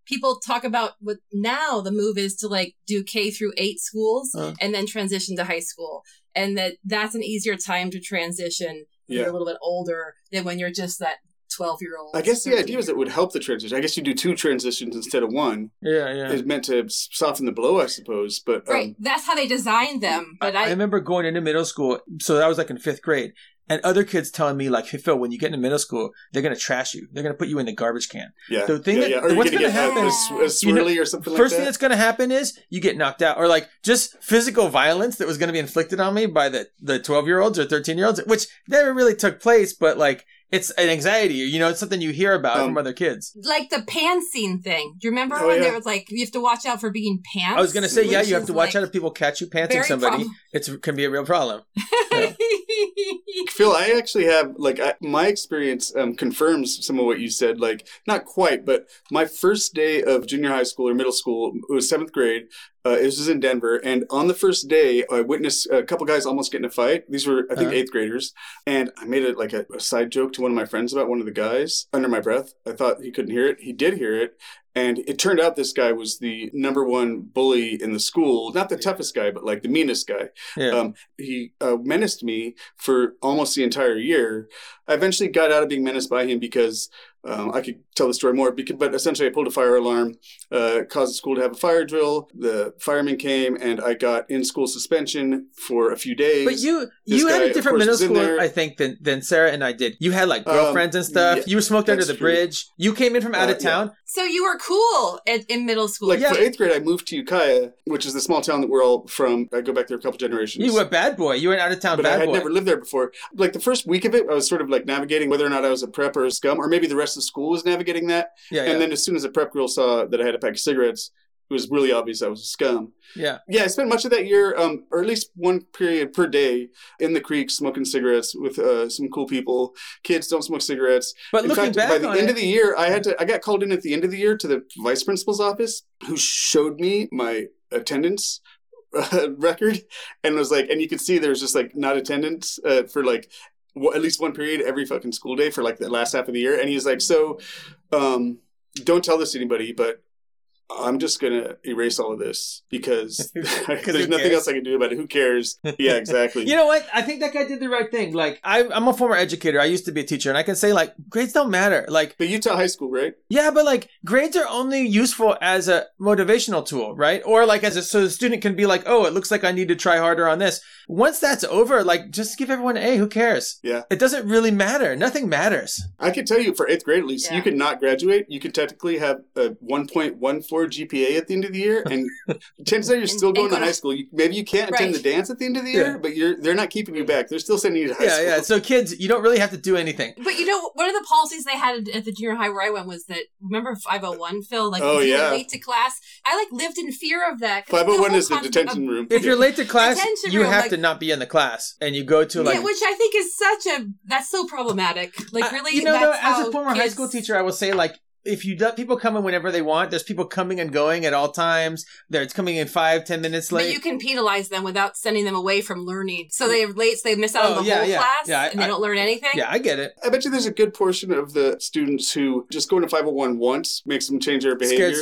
people talk about what now the move is to like do k through eight schools Uh-huh. Uh. and then transition to high school and that that's an easier time to transition when Yeah. you're a little bit older than when you're just that 12 year old I guess the idea is it would help the transition. I guess you do two transitions instead of one. Yeah, yeah. It's meant to s- soften the blow, I suppose. But um, Right. That's how they designed them. But I I, remember going into middle school, so that was like in fifth grade, and other kids telling me like, "Hey Phil, when you get into middle school, they're gonna trash you. They're gonna put you in the garbage can." Yeah. The thing yeah, that- yeah. Are you what's gonna gonna get a- happen- A, sw- a swirly You know, or something First thing like that's that? going to happen is you get knocked out, or like just physical violence that was going to be inflicted on me by the the twelve year olds or thirteen year olds, which never really took place, but like it's an anxiety, you know, it's something you hear about Um, from other kids. Like the pan scene thing. Do you remember Oh, when yeah. there was like you have to watch out for being pants? I was going to say, yeah, Which you have is, to watch like, out if people catch you pantsing very somebody. prob- It's can be a real problem. Phil, I actually have like I, my experience um, confirms some of what you said. Like not quite, but my first day of junior high school or middle school it was seventh grade. Uh, this was in Denver, and on the first day, I witnessed a couple guys almost get in a fight. These were, I think, Uh-huh. eighth graders, and I made it like a, a side joke to one of my friends about one of the guys under my breath. I thought he couldn't hear it. He did hear it. And it turned out this guy was the number one bully in the school. Not the toughest guy, but like the meanest guy Yeah. Um, he uh, menaced me for almost the entire year. I eventually got out of being menaced by him because um, I could tell the story more. Because, but essentially, I pulled a fire alarm, uh, caused the school to have a fire drill. The firemen came, and I got in school suspension for a few days. But you this you had guy, a of different course, middle was in school, there. I think, than than Sarah and I did. You had like Um, girlfriends and stuff. yeah, you were smoked under that's the true. bridge. You came in from out Uh, of yeah. town. (laughs) So you were cool at, in middle school. like Yeah. for eighth grade, I moved to Ukiah, which is the small town that we're all from. I go back there a couple generations. You were a bad boy. You were an out of town but I bad had boy. never lived there before. Like the first week of it, I was sort of like navigating whether or not I was a prep or a scum, or maybe the rest of the school was navigating that. yeah, yeah, And then as soon as the prep girl saw that I had a pack of cigarettes, it was really obvious I was a scum. yeah. Yeah, I spent much of that year, um, or at least one period per day, in the creek smoking cigarettes with uh, some cool people. Kids don't smoke cigarettes But in looking fact, back by the on end it, of the year, I had to. I got called in at the end of the year to the vice principal's office, who showed me my attendance uh, (laughs) record, and was like, and you could see there's just like not attendance uh, for like w- at least one period every fucking school day for like the last half of the year, and he's like, so um, don't tell this to anybody, but. I'm just gonna erase all of this because (laughs) 'Cause (laughs) who there's nothing cares? else I can do about it. (laughs) Who cares? Yeah, exactly. You know what? I think that guy did the right thing. Like, I, I'm a former educator. I used to be a teacher, and I can say like grades don't matter. Like, But Utah high school, right? yeah, but like grades are only useful as a motivational tool, right? Or like as a so the student can be like, oh, it looks like I need to try harder on this. Once that's over, like just give everyone an A. Who cares? Yeah. it doesn't really matter. Nothing matters. I could tell you for eighth grade at least, you Yeah. could not graduate. You could technically have a 1.14 GPA at the end of the year, and (laughs) chances are you're still And- going and go to to- high school. You, maybe you can't attend Right. Mm. the dance at the end of the Yeah. year, but you're they're not keeping you back. They're still sending you to high yeah, school. yeah. So kids, you don't really have to do anything. But you know, one of the policies they had at the junior high where I went was that remember 501 Phil, like Oh, if you yeah. were late to class, I like lived in fear of that. 'cause the 501 whole is the concept detention room. If you're late to class, Attention you room, have like- to not be in the class, and you go to of- like yeah, which I think is such a that's so problematic. Like I- really, you know, that's though, as how a former high kids- school teacher, I will say like. If you let people come in whenever they want, there's people coming and going at all times. They're it's coming in five, ten minutes But late. you can penalize them without sending them away from learning. So they're late, so they miss out Oh, on the yeah, whole yeah. class Yeah, I- and they I- don't learn anything. yeah, I get it. I bet you there's a good portion of the students who just go into 501 once makes them change their behavior. Scared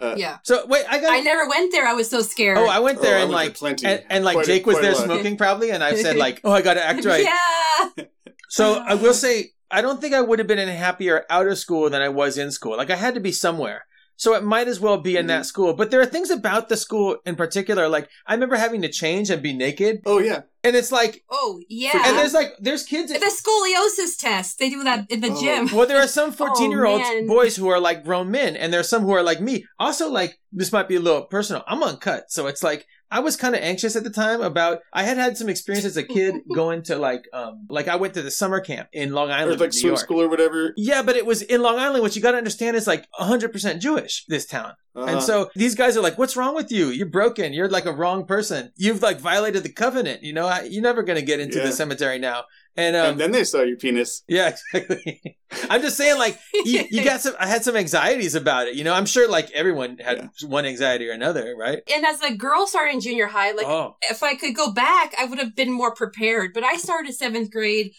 straight. Yeah. So wait, I got. I never went there. I was so scared. oh, I went Oh, there I and went to like. plenty. And, and like Quite a- Jake was quite a there lot. smoking probably, and I said (laughs) like, "Oh, I got to act right." Yeah. So I will say, I don't think I would have been any happier out of school than I was in school. Like I had to be somewhere. So it might as well be in Mm-hmm. that school. But there are things about the school in particular. Like I remember having to change and be naked. Oh yeah, And it's like, Oh, yeah. and there's like, there's kids. the scoliosis test. They do that in the Oh. gym. (laughs) Well, there are some 14 year olds, Oh, man. boys who are like grown men, and there are some who are like me. Also, like, this might be a little personal. I'm uncut. So it's like, I was kind of anxious at the time about, I had had some experience as a (laughs) kid going to like, um, like I went to the summer camp in Long or Island. like New swim York. school or whatever. Yeah, but it was in Long Island, which you got to understand is like 100% Jewish, this town. Uh-huh. And so these guys are like, what's wrong with you? You're broken. You're like a wrong person. You've like violated the covenant. You know, I, you're never going to get into Yeah. the cemetery now. And, um, and then they saw your penis. yeah, (laughs) exactly. I'm just saying, like, you, you got some. I had some anxieties about it. You know, I'm sure like everyone had one anxiety or another, right? and as a girl starting junior high, like oh, if I could go back, I would have been more prepared. But I started seventh grade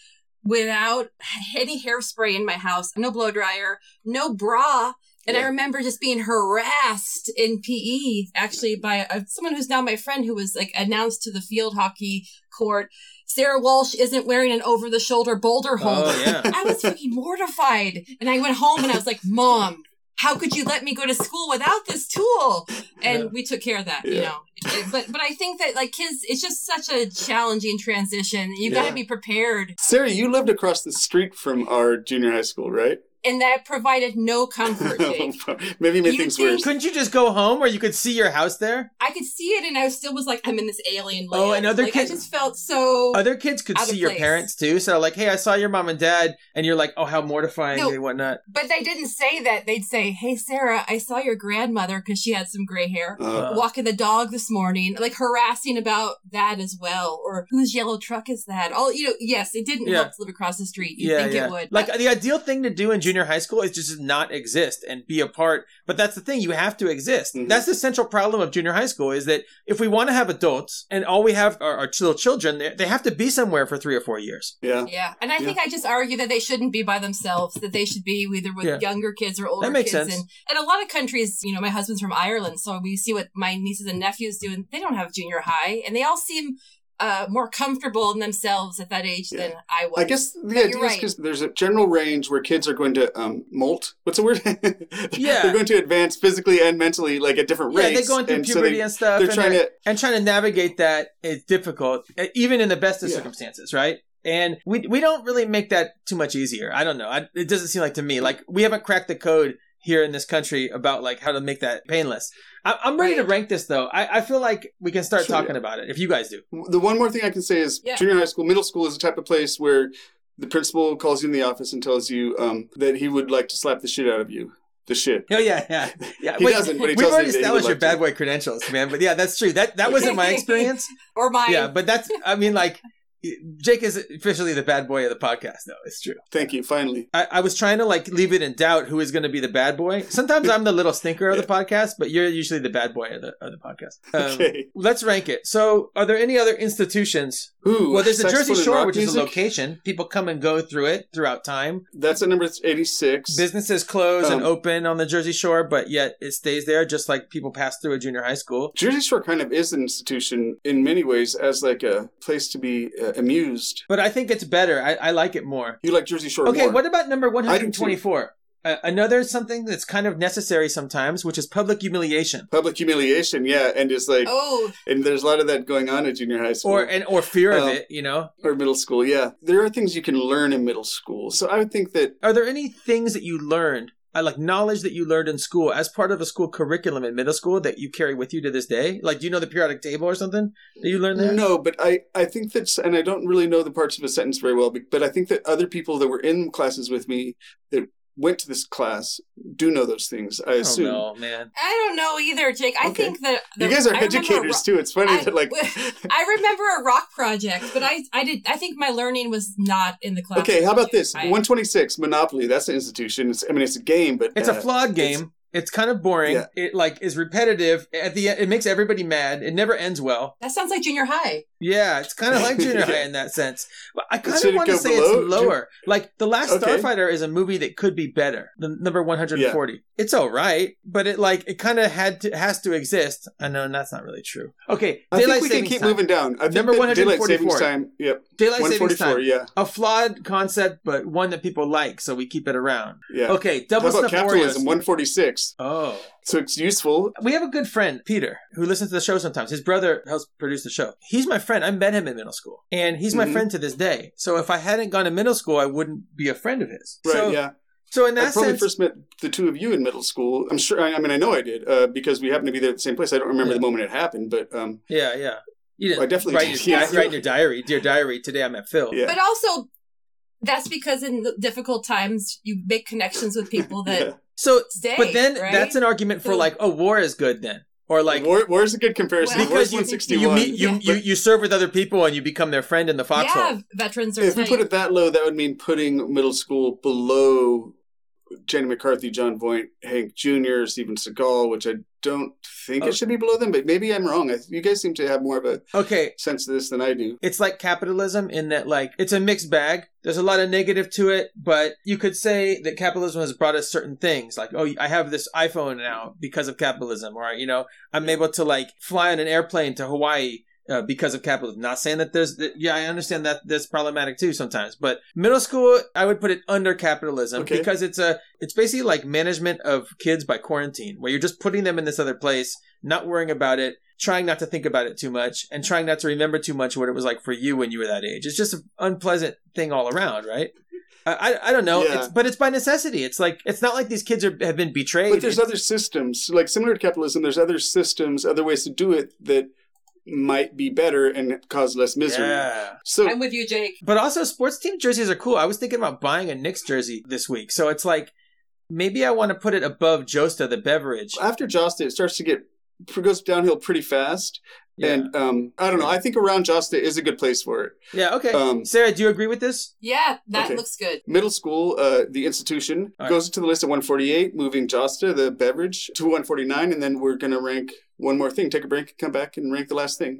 without any hairspray in my house, no blow dryer, no bra. And I Yeah. remember just being harassed in PE, actually, by uh someone who's now my friend who was like announced to the field hockey court Sarah Walsh isn't wearing an over the shoulder boulder holder. oh (laughs) yeah. I was fucking mortified. And I went home and I was like, Mom, how could you let me go to school without this tool? And Yeah. we took care of that, you Yeah. know. It- but but I think that like kids, it's just such a challenging transition. You got Yeah. to be prepared, Sarah, you lived across the street from our junior high school, right? and that provided (laughs) no comfort. (laughs) Jake. Maybe you made You things think- worse. Couldn't you just go home where you could see your house there? I could see it, and I still was like, I'm in this alien land. Oh, and other uh, like, kids- I just felt so. Other kids could Out of see your place. parents too. So like, hey, I saw your mom and dad, and you're like, oh, how mortifying No. and whatnot. But they didn't say that. They'd say, "Hey, Sarah, I saw your grandmother because she had some gray hair." Uh, walking the dog this morning, like harassing about that as well, or whose yellow truck is that? All you know, yes, it didn't Yeah. help to live across the street. You think it would. Like the ideal thing to do in junior high school is just not exist and be a part. But that's the thing; you have to exist. Mhm. That's the central problem of junior high school is that if we want to have adults and all we have are, are little children, they, they have to be somewhere for three or four years. yeah. yeah, and I think I just argue that they shouldn't be by themselves; that they should be either with Yeah. younger kids or older That makes kids. sense. And, and a lot of countries, you know, my husband's from Ireland, so we see what my nieces and nephews do, and they don't have junior high, and they all seem uh, more comfortable in themselves at that age Yeah. than I was. I guess the you're idea is right. because there's a general range where kids are going to um, molt. What's the word? (laughs) Yeah. they're going to advance physically and mentally, like at different Yeah, rates. they're going through and so puberty they, and stuff, they're and, trying they're- to. and trying to navigate that is difficult, e- even in the best of Yeah. circumstances, right? And we we don't really make that too much easier. I don't know. I, it doesn't seem like to me like we haven't cracked the code here in this country about like how to make that painless. I, I'm ready to Right. rank this though. I, I feel like we can start Sure, talking about it if you guys do. The one more thing I can say is Yeah. junior high school, middle school is the type of place where the principal calls you in the office and tells you um, that he would like to slap the shit out of you. The shit. Oh yeah, yeah, yeah. (laughs) He Wait, doesn't, but he We've tells already me that he would established your like to. bad boy credentials, man. But yeah, that's true. That that wasn't (laughs) my experience. or my Yeah, but that's. I mean, like, Jake is officially the bad boy of the podcast, though. It's true. Thank you. Finally. I, I was trying to like leave it in doubt who is going to be the bad boy. Sometimes I'm the little stinker of the podcast, but you're usually the bad boy of the, of the podcast. Um, Okay. Let's rank it. So, are there any other institutions? Ooh, Well, there's the saxophone Jersey and Shore, rock which is a music. location. People come and go through it throughout time. That's at number 86. Businesses close and Um, open on the Jersey Shore, but yet it stays there, just like people pass through a junior high school. Jersey Shore kind of is an institution in many ways as like a place to be uh, amused. But I think it's better. I, I like it more. You like Jersey Shore Okay, more. what about number I do too. 124? Uh, another something that's kind of necessary sometimes, which is public humiliation. Public humiliation, yeah, and it's like, oh and there's a lot of that going on at junior high school Or and or fear of Um, it, you know. or middle school. Yeah, there are things you can learn in middle school. So I would think that Are there any things that you learned, uh, like knowledge that you learned in school as part of a school curriculum in middle school that you carry with you to this day? Like, do you know the periodic table or something that you learned there? no, but I I think that's, and I don't really know the parts of a sentence very well, but, but I think that other people that were in classes with me that went to this class do know those things. I I don't assume. know, man. I don't know either, Jake. I Okay. think that You the- guys are I remember a educators too. It's funny I- that like. (laughs) ro- I remember a rock project, but I, I did. I think my learning was not in the class. Okay, how about this? I- 126 Monopoly. That's an institution. It's, I mean, it's a game, but It's uh, a flawed it's- game. It's kind of boring. Yeah. It like is repetitive. At the end, it makes everybody mad. It never ends well. That sounds like junior high. Yeah, it's kind of like junior (laughs) Yeah. high in that sense. But I kind should of it want to go say below? it's lower. Like the Last Okay. Starfighter is a movie that could be better than number one hundred and forty. It's all right, but it like it kind of had to has to exist. I know that's not really true. Okay, I daylight think we can savings keep time. moving down. I think Number that Daylight 144. savings time. Yep. Daylight savings 144. time. Yeah. A flawed concept, but one that people like, so we keep it around. Yeah. Okay, How double about stuff capitalism? Oreos. 146. Oh. So it's useful. We have a good friend, Peter, who listens to the show sometimes. His brother helps produce the show. He's my friend. I met him in middle school, and he's my Mhm. friend to this day. So if I hadn't gone to middle school, I wouldn't be a friend of his. Right. so, yeah. so in I that probably sense, first met the two of you in middle school. I'm sure. I, I mean, I know I did uh, because we happened to be there at the same place. I don't remember Yeah. the moment it happened, but um, yeah, yeah. You didn't I definitely write, did. your, (laughs) Yeah. write in your diary, dear diary. Today I met Phil. yeah. But also, that's because in the difficult times you make connections with people that Yeah. So, stay. but then right? that's an argument for So- like, oh, war is good then, or like. war, war is a good comparison. Well- War's Because you, 161. you meet you, Yeah. you, you serve with other people and you become their friend in the foxhole. yeah, veterans are. if we tight. put it that low, that would mean putting middle school below Jenny McCarthy, John Voight, Hank Jr., Steven Seagal, which I don't think Oh. it should be below them, but maybe I'm wrong. I, you guys seem to have more of a Okay, sense of this than I do. it's like capitalism in that like it's a mixed bag there's a lot of negative to it but you could say that capitalism has brought us certain things like oh i have this iphone now because of capitalism or you know i'm able to like fly on an airplane to hawaii uh, because of capitalism not saying that there's that, yeah i understand that that's problematic too sometimes but middle school i would put it under capitalism Okay. because it's a it's basically like management of kids by quarantine where you're just putting them in this other place not worrying about it trying not to think about it too much and trying not to remember too much what it was like for you when you were that age. It's just an unpleasant thing all around, right? I, I, I don't know, Yeah. it's, but it's by necessity. It's like it's not like these kids are, have been betrayed. But there's other systems, like similar to capitalism. There's other systems, other ways to do it that might be better and cause less misery. Yeah. So I'm with you, Jake. But also, sports team jerseys are cool. I was thinking about buying a Knicks jersey this week, so it's like maybe I want to put it above Josta the beverage. after Josta, it starts to get goes downhill pretty fast. Yeah. And um, I don't know. I think around Josta is a good place for it. yeah, okay. Um, Sarah, do you agree with this? Yeah, that Okay. looks good. Middle school, uh, the institution All right. goes to the list at 148, moving Josta, the beverage, to 149, and then we're gonna rank one more thing. Take a break, come back, and rank the last thing.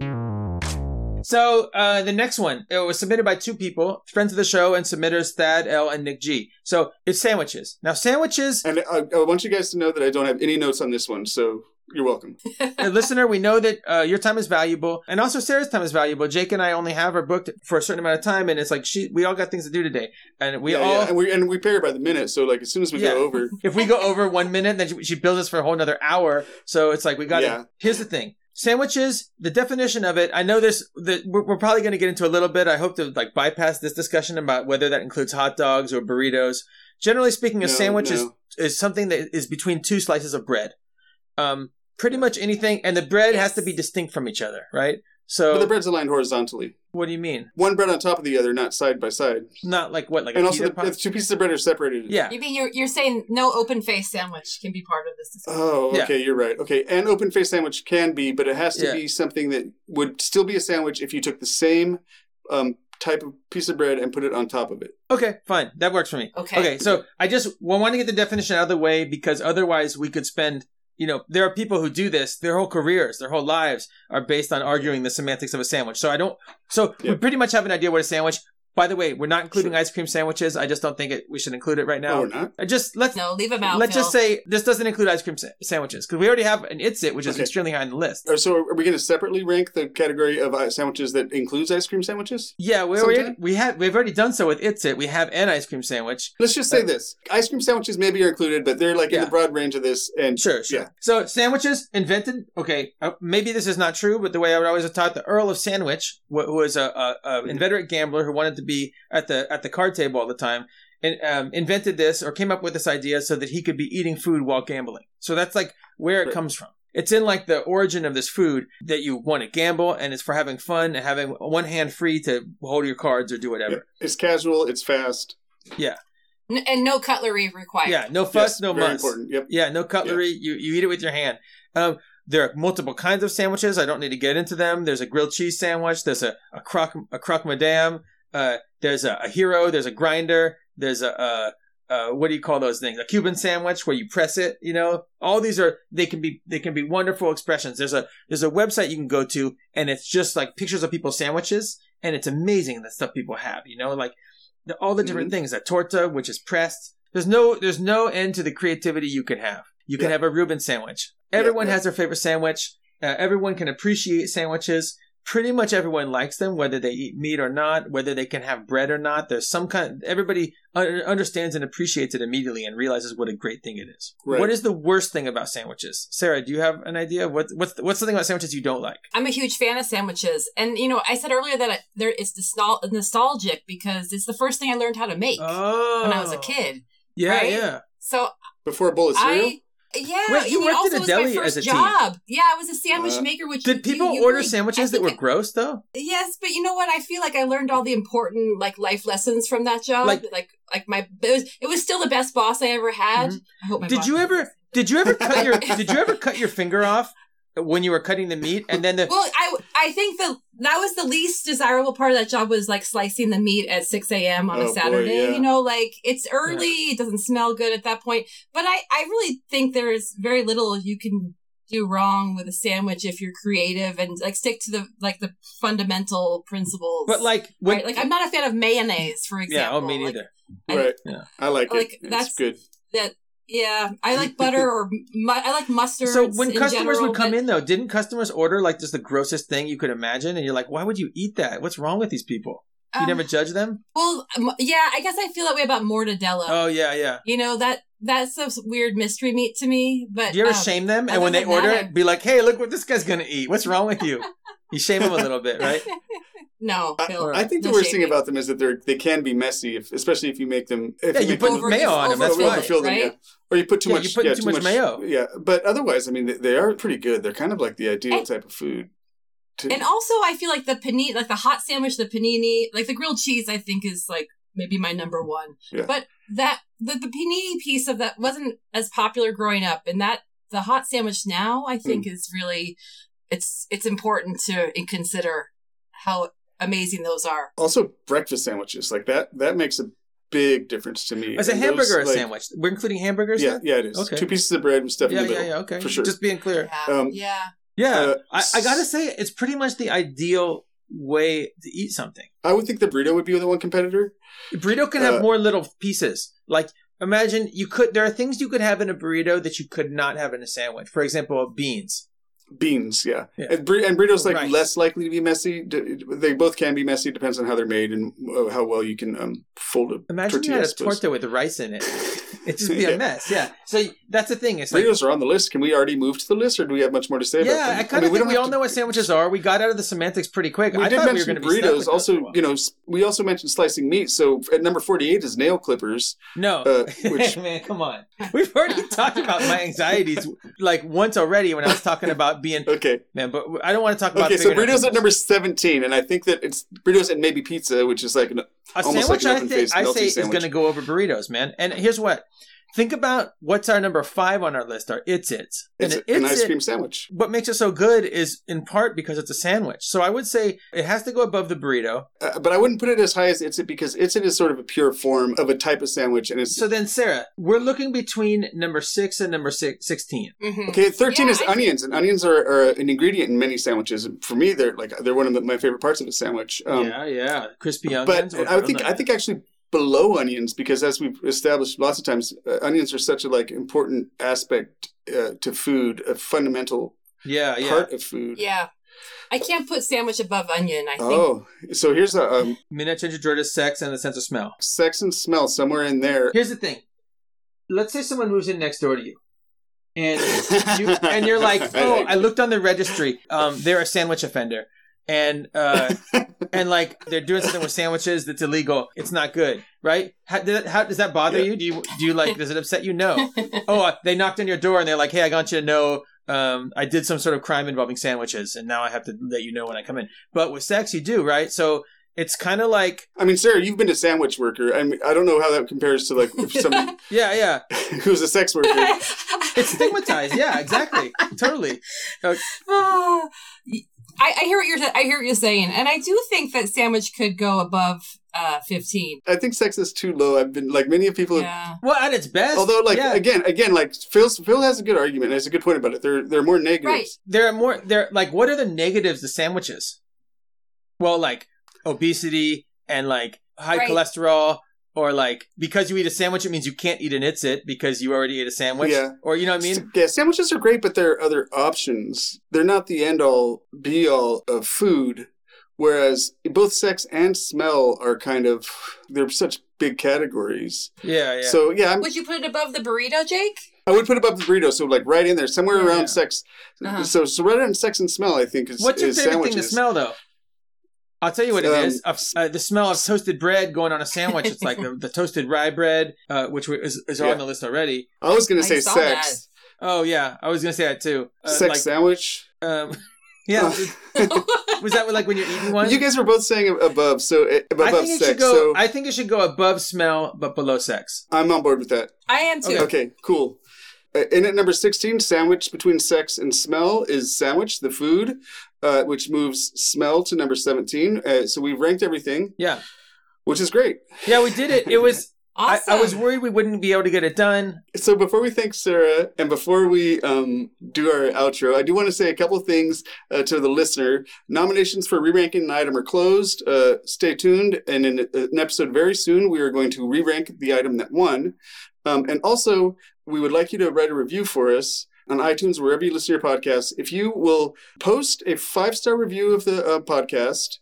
So uh, the next one, it was submitted by two people, friends of the show and submitters Thad L and Nick G. So it's sandwiches. Now (laughs) sandwiches, And I, I want you guys to know that I don't have any notes on this one, so you're welcome. uh, listener, we know that uh, your time is valuable, and also Sarah's time is valuable. Jake and I only have her booked for a certain amount of time, and it's like she, we all got things to do today, and we yeah, all. yeah. and we and we pay her by the minute, so like as soon as we Yeah. (laughs) go over, If we go over one minute, then she, she bills us for a whole another hour. So it's like we got to. Yeah. Here's the thing: sandwiches. The definition of it. I know this. The, we're, we're probably going to get into a little bit. I hope to like bypass this discussion about whether that includes hot dogs or burritos. Generally speaking, a No, sandwich is no. is something that is between two slices of bread. Um, pretty much anything, and the bread has Yes. to be distinct from each other, right? but So the bread's aligned horizontally, what do you mean? one bread on top of the other, not side by side. Not like what, like and a also, pita the, pie? the two pieces of bread are separated. Yeah, You mean you're you're saying no open face sandwich can be part of this discussion? Oh, Yeah. okay, you're right. Okay, an open face sandwich can be, but it has to Yeah. be something that would still be a sandwich if you took the same um, type of piece of bread and put it on top of it. Okay, fine. That works for me. Okay. Okay, so I just want to get the definition out of the way because otherwise we could spend, you know, there are people who do this, their whole careers, their whole lives are based on arguing the semantics of a sandwich. So I don't, so we Yeah. pretty much have an idea what a sandwich, by the way, we're not including ice cream sandwiches. I just don't think it, we should include it right No, Oh, now. or not. I just, let's, No, leave them out. let's just Phil. say this doesn't include ice cream sa- sandwiches because we already have an it's it, which is Okay. extremely high on the list. Or So, are we going to separately rank the category of uh, sandwiches that includes ice cream sandwiches? Yeah, we already, Sometime. we have, we've already done so with it's it. We have an ice cream sandwich. Let's just say this: ice cream sandwiches maybe are included, but they're like in Uh, Yeah. the broad range of this. And Sure, sure. Yeah. So sandwiches invented. Okay, uh, maybe this is not true, but the way I would always have taught, the Earl of Sandwich, wh- who was a, a, a Mm-hmm. inveterate gambler who wanted to be at the at the card table all the time, and um, invented this or came up with this idea so that he could be eating food while gambling. So that's like where it Right. comes from. It's in like the origin of this food that you want to gamble, and it's for having fun and having one hand free to hold your cards or do whatever. it's casual, it's fast. N- and no cutlery required. Yeah, no fuss, Yes, no very muss. important. Yep. Yeah, no cutlery. You you eat it with your hand. Um, there are multiple kinds of sandwiches. I don't need to get into them. There's a grilled cheese sandwich. There's a a croc a croque madame. Uh, there's a, a hero. There's a grinder. There's a, uh uh what do you call those things? A Cuban sandwich where you press it. You know, all these are they can be they can be wonderful expressions. There's a there's a website you can go to and it's just like pictures of people's sandwiches and it's amazing the stuff people have. You know, like the, all the Mm-hmm. different things. A torta, which is pressed. There's no there's no end to the creativity you can have. You can Yeah. have a Reuben sandwich. Everyone yeah. has their favorite sandwich. Uh, everyone can appreciate sandwiches. Pretty much everyone likes them, whether they eat meat or not, whether they can have bread or not. There's some kind. Everybody un- understands and appreciates it immediately and realizes what a great thing it is. Right. What is the worst thing about sandwiches, Sarah? Do you have an idea? What what's the, what's the thing about sandwiches you don't like? I'm a huge fan of sandwiches, and you know, I said earlier that I, there it's nostal- nostalgic because it's the first thing I learned how to make Oh, when I was a kid. Yeah, right? yeah. So Before a bowl of cereal. I, yeah, Wait, you and it worked at also a was deli my as first a teen. job. Yeah, I was a sandwich Uh, maker. Which you- Did people you order really- sandwiches I that were think gross though? it- Yes, but you know what? I feel like I learned all the important like life lessons from that job. Like- Like, like, my it was it was still the best boss I ever had. Mhm. I hope my Did boss you hears ever this. Did you ever cut your Did (laughs) you ever cut your finger off when you were cutting the meat, and then the Well, I I think the that was the least desirable part of that job was like slicing the meat at six a.m. on Oh, a boy, Saturday. yeah. You know, like it's early, it doesn't smell good at that point. But I I really think there's very little you can do wrong with a sandwich if you're creative and like stick to the like the fundamental principles. but like when, right? like I'm not a fan of mayonnaise, for yeah, example. oh me Like, neither. I- right. Yeah. I like, Like, it. That's that's- good. yeah, I like butter or mu- I like mustard. So when in customers general, would come but- in though, didn't customers order like just the grossest thing you could imagine, and you're like, why would you eat that? What's wrong with these people? You Uh, Um, never judge them? uh, well, um, yeah, I guess I feel that way about mortadella. Oh yeah, yeah. You know that that's a weird mystery meat to me. But Do you ever um, shame them? other And when they than order that, I- it, be like, hey, look what this guy's going to eat. What's wrong with you? You shame them a little bit, (laughs) right? no, Bill, I think the no worst shaming. thing about them is that they're they can be messy, if, especially if you make them. If Yeah, you make put them- Over- mayo you on them. That's overfill why. it, Overfill them, Oh, right? yeah. or you put too Yeah, much. you put yeah, in too much mayo. Yeah, but otherwise, I mean, they, they are pretty good. They're kind of like the ideal And- type of food. To, And also, I feel like the panini, like the hot sandwich, the panini, like the grilled cheese, I think is like maybe my number one. Yeah. But that the, the panini piece of that wasn't as popular growing up, and that the hot sandwich now, Hmm. I think, is really it's it's important to consider how amazing those are. also, breakfast sandwiches like that that makes a big difference to me. As a And hamburger or a those, like- sandwich. We're including hamburgers? Yeah, now? yeah, it is. Okay. Two pieces of bread and stuff Yeah, in the yeah, middle. yeah. Okay. for sure. Just being clear. Yeah, Um, yeah. Yeah. Uh, I, I got to say, it's pretty much the ideal way to eat something. I would think the burrito would be the one competitor. Burrito can have Uh, more little pieces. Like imagine you could there are things you could have in a burrito that you could not have in a sandwich. For example, beans. Beans, yeah, Yeah. And, bur- and burritos like Rice. less likely to be messy. D- They both can be messy. Depends on how they're made and uh, how well you can um, fold a Imagine tortilla. you I had a suppose. torta with rice (laughs) in it. It'd just be Yeah. a mess. Yeah. So that's the thing. It's like Burritos are on the list. Can we already move to the list, or do we have much more to say about them? yeah, I kind of mean, think don't we have all to- know what sandwiches are. We got out of the semantics pretty quick. We I did thought we were mention going to be stuck with burritos. those for a Also, while. you know, s- we also mentioned slicing meat. So at number forty-eight is nail clippers. no, uh, (laughs) (laughs) which- man, come on. We've (laughs) already talked about my anxieties like once already when I was talking about being Okay, man. But I don't want to talk (laughs) about okay. So figuring out- burritos at number seventeen, and I think that it's burritos and maybe pizza, which is like an A Almost sandwich, like an I open think faced I melty say is sandwich. going to go over burritos, man. And here's what: think about what's our number five on our list. Our it's it's it's an an It's ice It- cream sandwich. What makes it so good is in part because it's a sandwich. So I would say it has to go above the burrito. Uh, but I wouldn't put it as high as it's it because it's it is sort of a pure form of a type of sandwich, and it's So then, Sarah, we're looking between number six and number six, 16. Mhm. Okay, thirteen Yeah, is I- onions, and onions are, are an ingredient in many sandwiches. And For me, they're like they're one of the, my favorite parts of a sandwich. Um, yeah, yeah, crispy but onions. or I would think grilled I think actually below onions because as we've established lots of times, uh, onions are such a like important aspect uh, to food, a fundamental onions. Uh, yeah, yeah. part of food. yeah. I can't put sandwich above onion. I think Oh, so here's a um, Minute change of sex and the sense of smell. sex and smell somewhere in there. Here's the thing: let's say someone moves in next door to you, and (laughs) you, and you're like, oh, I looked on the registry. Um, they're a sandwich offender, and (laughs) uh, and like they're doing something with sandwiches that's illegal. It's not good, right? How, does that, how does that bother Yeah. you? Do you do you like? Does it upset you? (laughs) No. oh, uh, they knocked on your door and they're like, hey, I want you to know. Um, I did some sort of crime involving sandwiches, and now I have to let you know when I come in. But with sex, you do right. So it's kind of like, I mean, Sarah, you've been a sandwich worker. I mean, I don't know how that compares to like if somebody (laughs) (laughs) yeah, yeah. who's a sex worker. It's stigmatized. yeah, (laughs) exactly, totally. Ah, I, I hear what you're. I hear what you're saying, and I do think that sandwich could go above uh, fifteen. I think sex is too low. I've been like many people. Yeah, Well, at its best, Although, like yeah, again, again, like Phil, Phil has a good argument. Has a good point about it. There, there are more negatives. there are more there like what are the negatives to sandwiches well like obesity and like high Right. cholesterol or like because you eat a sandwich it means you can't eat an it's it because you already ate a sandwich Yeah. or you know what i (laughs) mean S- yeah, sandwiches are great, but there are other options. They're not the end all, be all of food. Whereas both sex and smell are kind of they're such big categories. yeah yeah So yeah, I'm, would you put it above the burrito, Jake? I would put above the burrito. So like right in there, somewhere Yeah, around yeah. sex. Uh-huh. So so right around sex and smell, I think is what's your is favorite sandwiches. thing to smell though I'll tell you what Um, it is. A- Uh, the smell of toasted bread going on a sandwich. It's (laughs) like the, the toasted rye bread, uh, which we- is, is Yeah. on the list already. I was gonna I say saw sex, Oh yeah, I was gonna say that too. Uh, sex like, sandwich. um, (laughs) (laughs) yeah, was that like when you're eating one? You guys were both saying ab- above, so uh, above I think it should sex. go. so I think it should go above smell but below sex. I, am on board with that. I am too. Yeah. Okay, cool. Uh, in at number sixteen, sandwich between sex and smell is sandwich the food, uh, which moves smell to number seventeen. Uh, so we've ranked everything, Yeah, which is great. yeah, we did it. It was. Awesome. I, I was worried we wouldn't be able to get it done. So before we thank Sarah and before we um, do our outro, I do want to say a couple things uh, to the listener. Nominations for re-ranking an item are closed. Uh, stay tuned, and in uh, an episode very soon, we are going to re-rank the item that won. Um, and also, we would like you to write a review for us on iTunes, wherever you listen to your podcasts. If you will post a five-star review of the uh, podcast,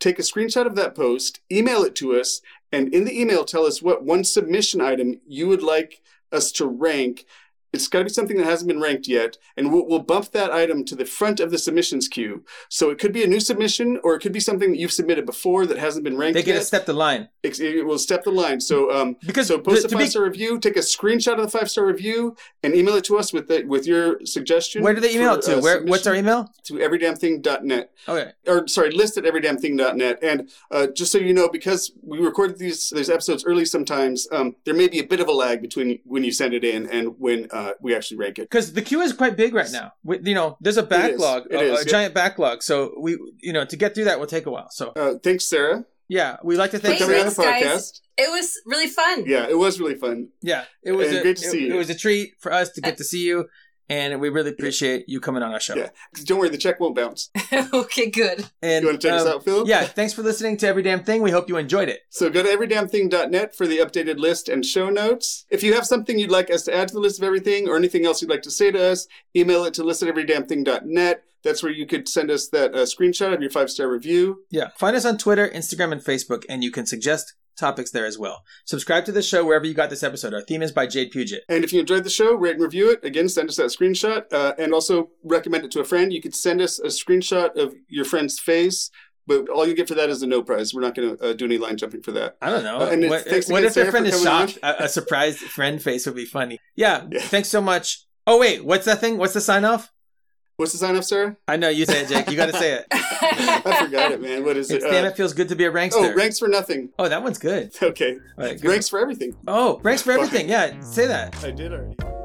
take a screenshot of that post, email it to us, and in the email, tell us what one submission item you would like us to rank. It's got to be something that hasn't been ranked yet, and we'll, we'll bump that item to the front of the submissions queue. So it could be a new submission, or it could be something that you've submitted before that hasn't been ranked They get to yet. step the line Ex- it will step the line. So um, because so post the- a to five be- star review, take a screenshot of the five star review, and email it to us with the, with your suggestion. where do they email it for, to? uh, Where what's our submission email? to everydamnthing.net Okay, or sorry, list at everydamnthing.net. And uh, just so you know, because we recorded these these episodes early, sometimes um, there may be a bit of a lag between when you send it in and when uh, we actually rank it. because the queue is quite big right now. We, you know, there's a backlog, It a, is, a yeah. giant backlog. So we, you know, to get through that will take a while. So Uh, thanks, Sarah, yeah, we like to for thank Thanks, coming on everyone. the guys. podcast. It was really fun. Yeah, it was really fun. Yeah, it was And a, great to it- see it you. was a treat for us to get to see you, and we really appreciate you coming on our show. Yeah. Don't worry, the check won't bounce. (laughs) okay, good. (laughs) And You want to take us um, out, Phil? yeah, thanks for listening to Every Damn Thing. We hope you enjoyed it. So go to everydamnthing.net for the updated list and show notes. If you have something you'd like us to add to the list of everything or anything else you'd like to say to us, email it to list at everydamnthing.net. That's where you could send us that uh, screenshot of your five star review. Yeah. Find us on Twitter, Instagram, and Facebook, and you can suggest topics there as well. Subscribe to the show wherever you got this episode. Our theme is by Jade Puget. And if you enjoyed the show, rate and review it. Again, send us that screenshot uh, and also recommend it to a friend. You could send us a screenshot of your friend's face, but all you get for that is a no prize. We're not going to uh, do any line jumping for that. I don't know. Uh, and it's- what thanks what again, if their Sarah, friend for is coming shocked? A, a (laughs) surprised friend face would be funny. Yeah, Yeah. Thanks so much. Oh, wait. What's that thing? What's the sign off? What's the sign off, Sarah? I know you say it, Jake. You got to say (laughs) it. I forgot it, man. What is It's, it? damn, Uh, it feels good to be a rankster. oh, ranks for nothing. (laughs) oh, that one's good. Okay. All right, good. Ranks for everything. Oh, ranks for everything. Yeah, say that. I did already.